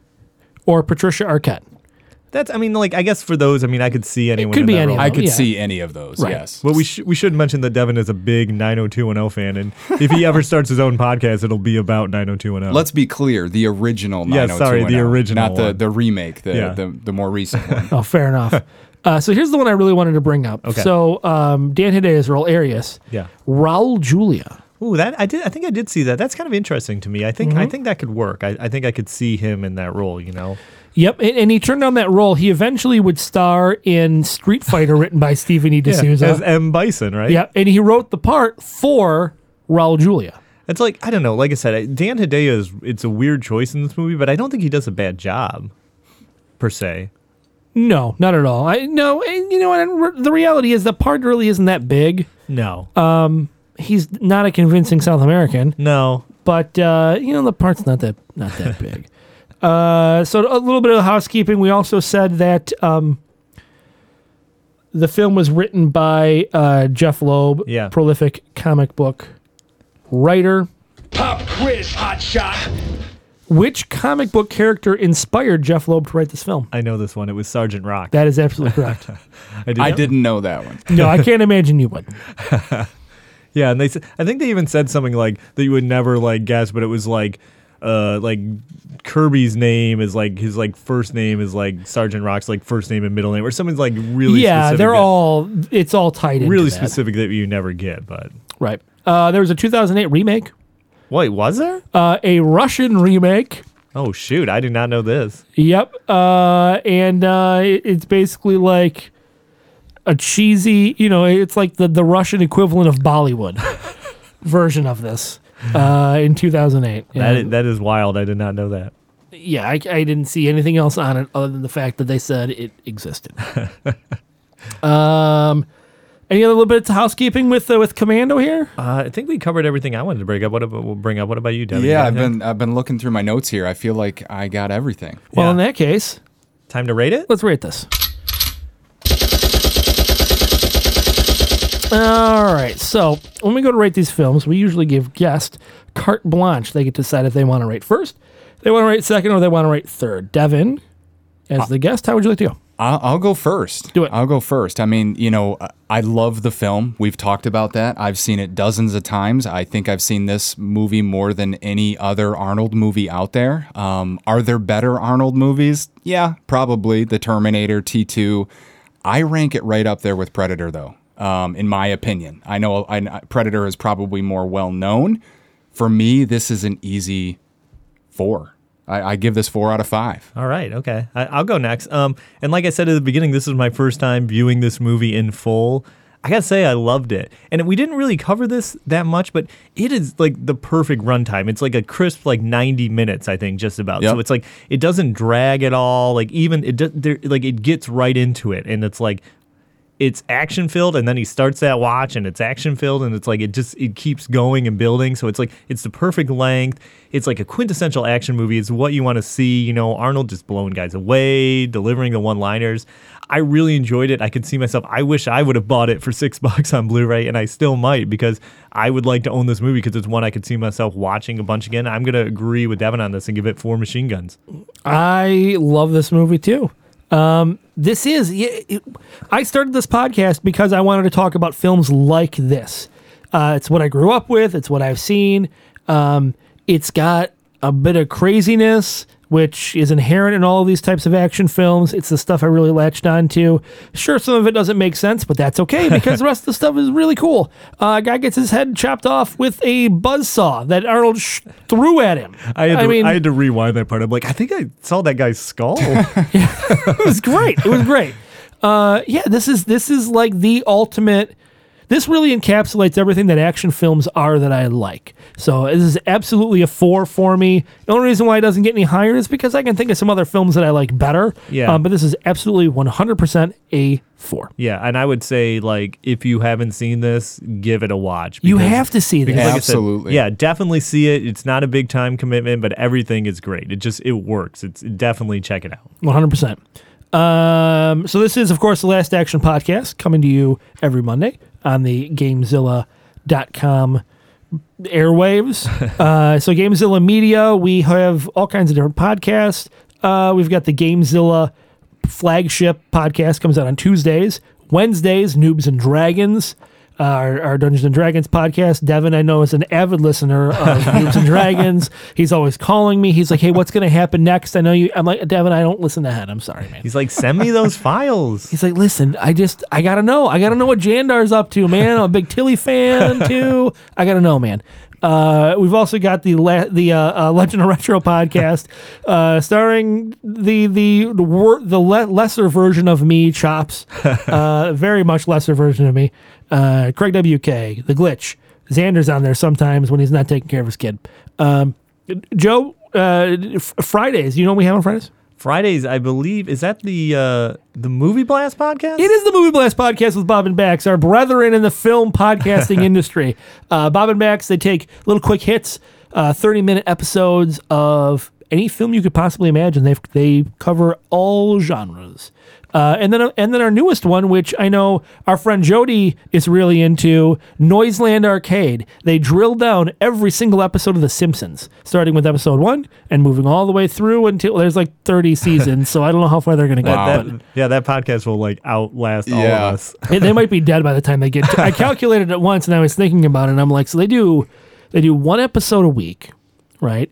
[SPEAKER 1] or Patricia Arquette.
[SPEAKER 7] That's. I mean, like I guess for those, I mean, I could see anyone.
[SPEAKER 1] could
[SPEAKER 7] in
[SPEAKER 1] be
[SPEAKER 7] that
[SPEAKER 1] any-
[SPEAKER 7] role.
[SPEAKER 8] I could
[SPEAKER 1] yeah.
[SPEAKER 8] see any of those. Yes.
[SPEAKER 7] But we should we should mention that Devin is a big 90210 fan, and if he ever starts his own podcast, it'll be about 90210.
[SPEAKER 8] Let's be clear. The original.
[SPEAKER 7] Yeah, sorry, the
[SPEAKER 8] 90210,
[SPEAKER 7] original
[SPEAKER 8] not the
[SPEAKER 7] one.
[SPEAKER 8] the remake. The
[SPEAKER 7] Yeah.
[SPEAKER 8] the, the more recent one.
[SPEAKER 1] Oh, fair enough. uh, so here's the one I really wanted to bring up.
[SPEAKER 7] Okay.
[SPEAKER 1] So um, Dan Hidea's role Arius,
[SPEAKER 7] Yeah.
[SPEAKER 1] Raul Julia.
[SPEAKER 7] Ooh, that I did. I think I did see that. That's kind of interesting to me. I think I think that could work. I, I think I could see him in that role. You know,
[SPEAKER 1] Yep, and, and he turned on that role. He eventually would star in Street Fighter, written by Stephen E. D'Souza.
[SPEAKER 7] as M Bison, right?
[SPEAKER 1] yeah, and he wrote the part for Raul Julia.
[SPEAKER 7] It's like I don't know. Like I said, I- Dan Hideo is it's a weird choice in this movie, but I don't think he does a bad job, per se.
[SPEAKER 1] No, not at all. I no, and you know what? and re- The reality is the part really isn't that big.
[SPEAKER 7] No,
[SPEAKER 1] He's not a convincing South American,
[SPEAKER 7] no.
[SPEAKER 1] but uh, you know the part's not that not that big. Uh, so a little bit of housekeeping. We also said that um, the film was written by uh, Jeff Loeb,
[SPEAKER 7] Yeah.
[SPEAKER 1] prolific comic book writer.
[SPEAKER 5] Pop quiz, hot shot.
[SPEAKER 1] Which comic book character inspired Jeff Loeb to write this film?
[SPEAKER 7] I know this one. It was Sergeant Rock.
[SPEAKER 1] That is absolutely correct.
[SPEAKER 8] I didn't know that one.
[SPEAKER 1] No, I can't imagine you would.
[SPEAKER 7] Yeah, and they s- I think they even said something like that you would never like guess, but it was like uh like Kirby's name is like his like first name is like Sergeant Rock's like first name and middle name or something's like really
[SPEAKER 1] yeah,
[SPEAKER 7] specific
[SPEAKER 1] they're
[SPEAKER 7] that-
[SPEAKER 1] all. It's all tied in.
[SPEAKER 7] really specific that you never get, but
[SPEAKER 1] Right. Uh, there was a 2008 remake,
[SPEAKER 7] wait, was there?
[SPEAKER 1] uh, a Russian remake.
[SPEAKER 7] oh shoot, I did not know this.
[SPEAKER 1] Yep. Uh, and uh, it- it's basically like a cheesy, you know, it's like the, the Russian equivalent of Bollywood version of this uh, in 2008.
[SPEAKER 7] That is,
[SPEAKER 1] And,
[SPEAKER 7] that is wild. I did not know that.
[SPEAKER 1] yeah, I, I didn't see anything else on it other than the fact that they said it existed. um, any other little bits of housekeeping with uh, with Commando here?
[SPEAKER 7] Uh, I think we covered everything I wanted to bring up. What about we'll bring up? What about you, Debbie?
[SPEAKER 8] Yeah,
[SPEAKER 7] Got
[SPEAKER 8] I've
[SPEAKER 7] anything?
[SPEAKER 8] been I've been looking through my notes here. I feel like I got everything.
[SPEAKER 1] Well,
[SPEAKER 7] Yeah.
[SPEAKER 1] in that case,
[SPEAKER 7] time to rate it.
[SPEAKER 1] let's rate this. All right. So when we go to rate these films, we usually give guest carte blanche. They get to decide if they want to rate first, they want to rate second, or they want to rate third. Devin, as the guest, how would you like to go?
[SPEAKER 8] I'll, I'll go first.
[SPEAKER 1] Do it.
[SPEAKER 8] I'll go first. I mean, you know, I- I love the film. We've talked about that. I've seen it dozens of times. I think I've seen this movie more than any other Arnold movie out there. Um, are there better Arnold movies? Yeah, probably. The Terminator, T2. I rank it right up there with Predator, though. Um, in my opinion, I know I, Predator is probably more well known. For me, this is an easy four. I, I give this four out of five.
[SPEAKER 7] All right, okay. I, I'll go next. Um, and like I said at the beginning, this is my first time viewing this movie in full. I gotta say, I loved it. And we didn't really cover this that much, but it is like the perfect runtime. It's like a crisp, like 90 minutes, I think, just about.
[SPEAKER 8] Yep.
[SPEAKER 7] So it's like, it doesn't drag at all. Like, even it, do- there, like, it gets right into it. And it's like, it's action filled and then he starts that watch and it's action filled and it's like it just it keeps going and building so it's like it's the perfect length it's like a quintessential action movie it's what you want to see you know arnold just blowing guys away delivering the one liners i really enjoyed it i could see myself i wish i would have bought it for six bucks on blu-ray and i still might because i would like to own this movie because it's one i could see myself watching a bunch again i'm gonna agree with devin on this and give it four machine guns
[SPEAKER 1] I love this movie too. Um, this is. y- it- I started this podcast because I wanted to talk about films like this. Uh, it's what I grew up with. It's what I've seen. Um, it's got a bit of craziness, which is inherent in all these types of action films. It's the stuff I really latched on to. Sure, some of it doesn't make sense, but that's okay because the rest of the stuff is really cool. Uh, a guy gets his head chopped off with a buzzsaw that Arnold sh- threw at him.
[SPEAKER 7] I had, to, I, had to rewind that part. I'm like, I think I saw that guy's skull.
[SPEAKER 1] it was great. It was great. Uh, yeah, this is this is like the ultimate. This really encapsulates everything that action films are that I like. So this is absolutely a four for me. The only reason why it doesn't get any higher is because I can think of some other films that I like better.
[SPEAKER 7] Yeah.
[SPEAKER 1] Um, but this is absolutely 100% a four.
[SPEAKER 7] Yeah, and I would say like if you haven't seen this, give it a watch.
[SPEAKER 1] You
[SPEAKER 7] because-
[SPEAKER 1] have to see this.
[SPEAKER 7] because like I said,
[SPEAKER 8] Absolutely.
[SPEAKER 7] yeah, definitely see it. It's not a big time commitment, but everything is great. It just it works. It's definitely check it out.
[SPEAKER 1] One hundred percent. Um, so this is, of course, the Last Action Podcast coming to you every Monday on the Gamezilla.com airwaves. uh, so Gamezilla Media, we have all kinds of different podcasts. Uh, we've got the Gamezilla flagship podcast comes out on Tuesdays, Wednesdays, Noobs and Dragons. uh, our, our Dungeons and Dragons podcast. Devin, I know, is an avid listener of Dungeons and Dragons. He's always calling me. He's like, "Hey, what's going to happen next?" I know you. I'm like, Devin, I don't listen ahead. I'm sorry, man.
[SPEAKER 7] He's like, send me those files.
[SPEAKER 1] He's like, listen, I just, I gotta know. I gotta know what Jandar's up to, man. I'm a big Tilly fan too. I gotta know, man. Uh, we've also got the le- the uh, uh, Legend of Retro podcast, uh, starring the the the, wor- the le- lesser version of me, Chops, uh, very much lesser version of me, uh, Craig WK, the Glitch, Xander's on there sometimes when he's not taking care of his kid. Um, Joe, uh, f- Fridays, you know what we have on Fridays?
[SPEAKER 7] Fridays, I believe, is that the uh, the movie blast podcast?
[SPEAKER 1] It is the Movie Blast podcast with Bob and Bax, our brethren in the film podcasting industry. Uh, Bob and Bax, they take little quick hits, uh, 30 minute episodes of any film you could possibly imagine. They they cover all genres. Uh, and then and then our newest one, which I know our friend Jody is really into, Noiseland Arcade. They drill down every single episode of The Simpsons, starting with episode one and moving all the way through until there's like 30 seasons. so I don't know how far they're going to go.
[SPEAKER 7] That-
[SPEAKER 1] but-
[SPEAKER 7] yeah, that podcast will like outlast all
[SPEAKER 8] Yeah.
[SPEAKER 7] of us.
[SPEAKER 1] they, they might be dead by the time they get. To, I calculated it once, and I was thinking about it. and I'm like, so they do, they do one episode a week, right?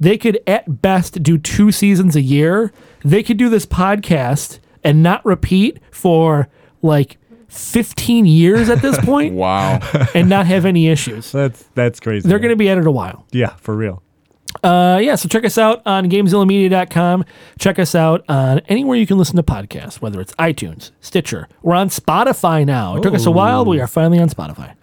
[SPEAKER 1] They could at best do two seasons a year. They could do this podcast and not repeat for like 15 years at this point
[SPEAKER 8] Wow.
[SPEAKER 1] and not have any issues.
[SPEAKER 7] That's that's crazy.
[SPEAKER 1] They're going to be at it a while.
[SPEAKER 7] to yeah, for real.
[SPEAKER 1] Uh, yeah, so check us out on GameZillaMedia.com. Check us out on anywhere you can listen to podcasts, whether it's iTunes, Stitcher. We're on Spotify now. It took us a while, but we are finally on Spotify.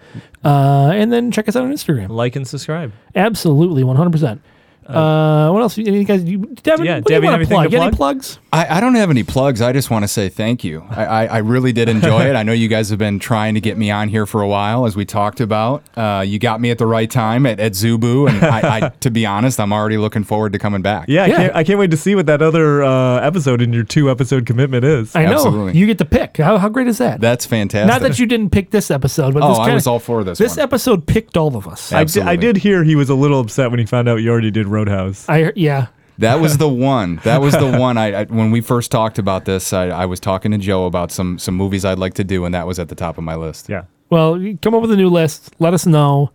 [SPEAKER 1] Uh, and then check us out on Instagram.
[SPEAKER 7] Like and subscribe.
[SPEAKER 1] Absolutely, 100%. Uh, what else? Any guys? You, Devin,
[SPEAKER 7] yeah,
[SPEAKER 1] what do you
[SPEAKER 7] Devin,
[SPEAKER 1] want
[SPEAKER 7] anything to
[SPEAKER 1] plug? Any
[SPEAKER 7] plug?
[SPEAKER 1] plugs?
[SPEAKER 8] I, I don't have any plugs. I just want to say thank you. I, I, I really did enjoy it. I know you guys have been trying to get me on here for a while, as we talked about. Uh, you got me at the right time at, at Zubu, and I, I, to be honest, I'm already looking forward to coming back.
[SPEAKER 7] Yeah, I,
[SPEAKER 1] Yeah.
[SPEAKER 7] Can't, I can't wait to see what that other uh, episode in your two episode commitment is.
[SPEAKER 1] I know.
[SPEAKER 8] Absolutely.
[SPEAKER 1] You get to pick. How, how great is that?
[SPEAKER 8] that's fantastic.
[SPEAKER 1] Not that you didn't pick this episode, but
[SPEAKER 8] Oh,
[SPEAKER 1] this
[SPEAKER 8] I
[SPEAKER 1] kinda-
[SPEAKER 8] was all for this
[SPEAKER 1] This
[SPEAKER 8] one.
[SPEAKER 1] episode picked all of us.
[SPEAKER 7] I did, I
[SPEAKER 8] Absolutely.
[SPEAKER 7] did hear he was a little upset when he found out you already did Roadhouse.
[SPEAKER 1] I yeah.
[SPEAKER 8] That was the one. That was the one. I, I when we first talked about this, I, I was talking to Joe about some some movies I'd like to do, and that was at the top of my list.
[SPEAKER 7] Yeah.
[SPEAKER 1] Well, you come up with a new list. Let us know,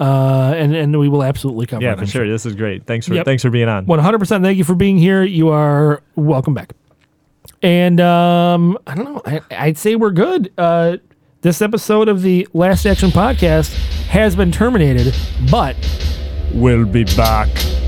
[SPEAKER 1] uh, and and we will absolutely cover
[SPEAKER 7] Yeah,
[SPEAKER 1] it.
[SPEAKER 7] for sure. This is great. Thanks for
[SPEAKER 1] Yep.
[SPEAKER 7] thanks for being on.
[SPEAKER 1] One hundred percent. Thank you for being here. You are welcome back. And um, I don't know. I, I'd say we're good. Uh, this episode of the Last Action Podcast has been terminated, but
[SPEAKER 7] We'll be back.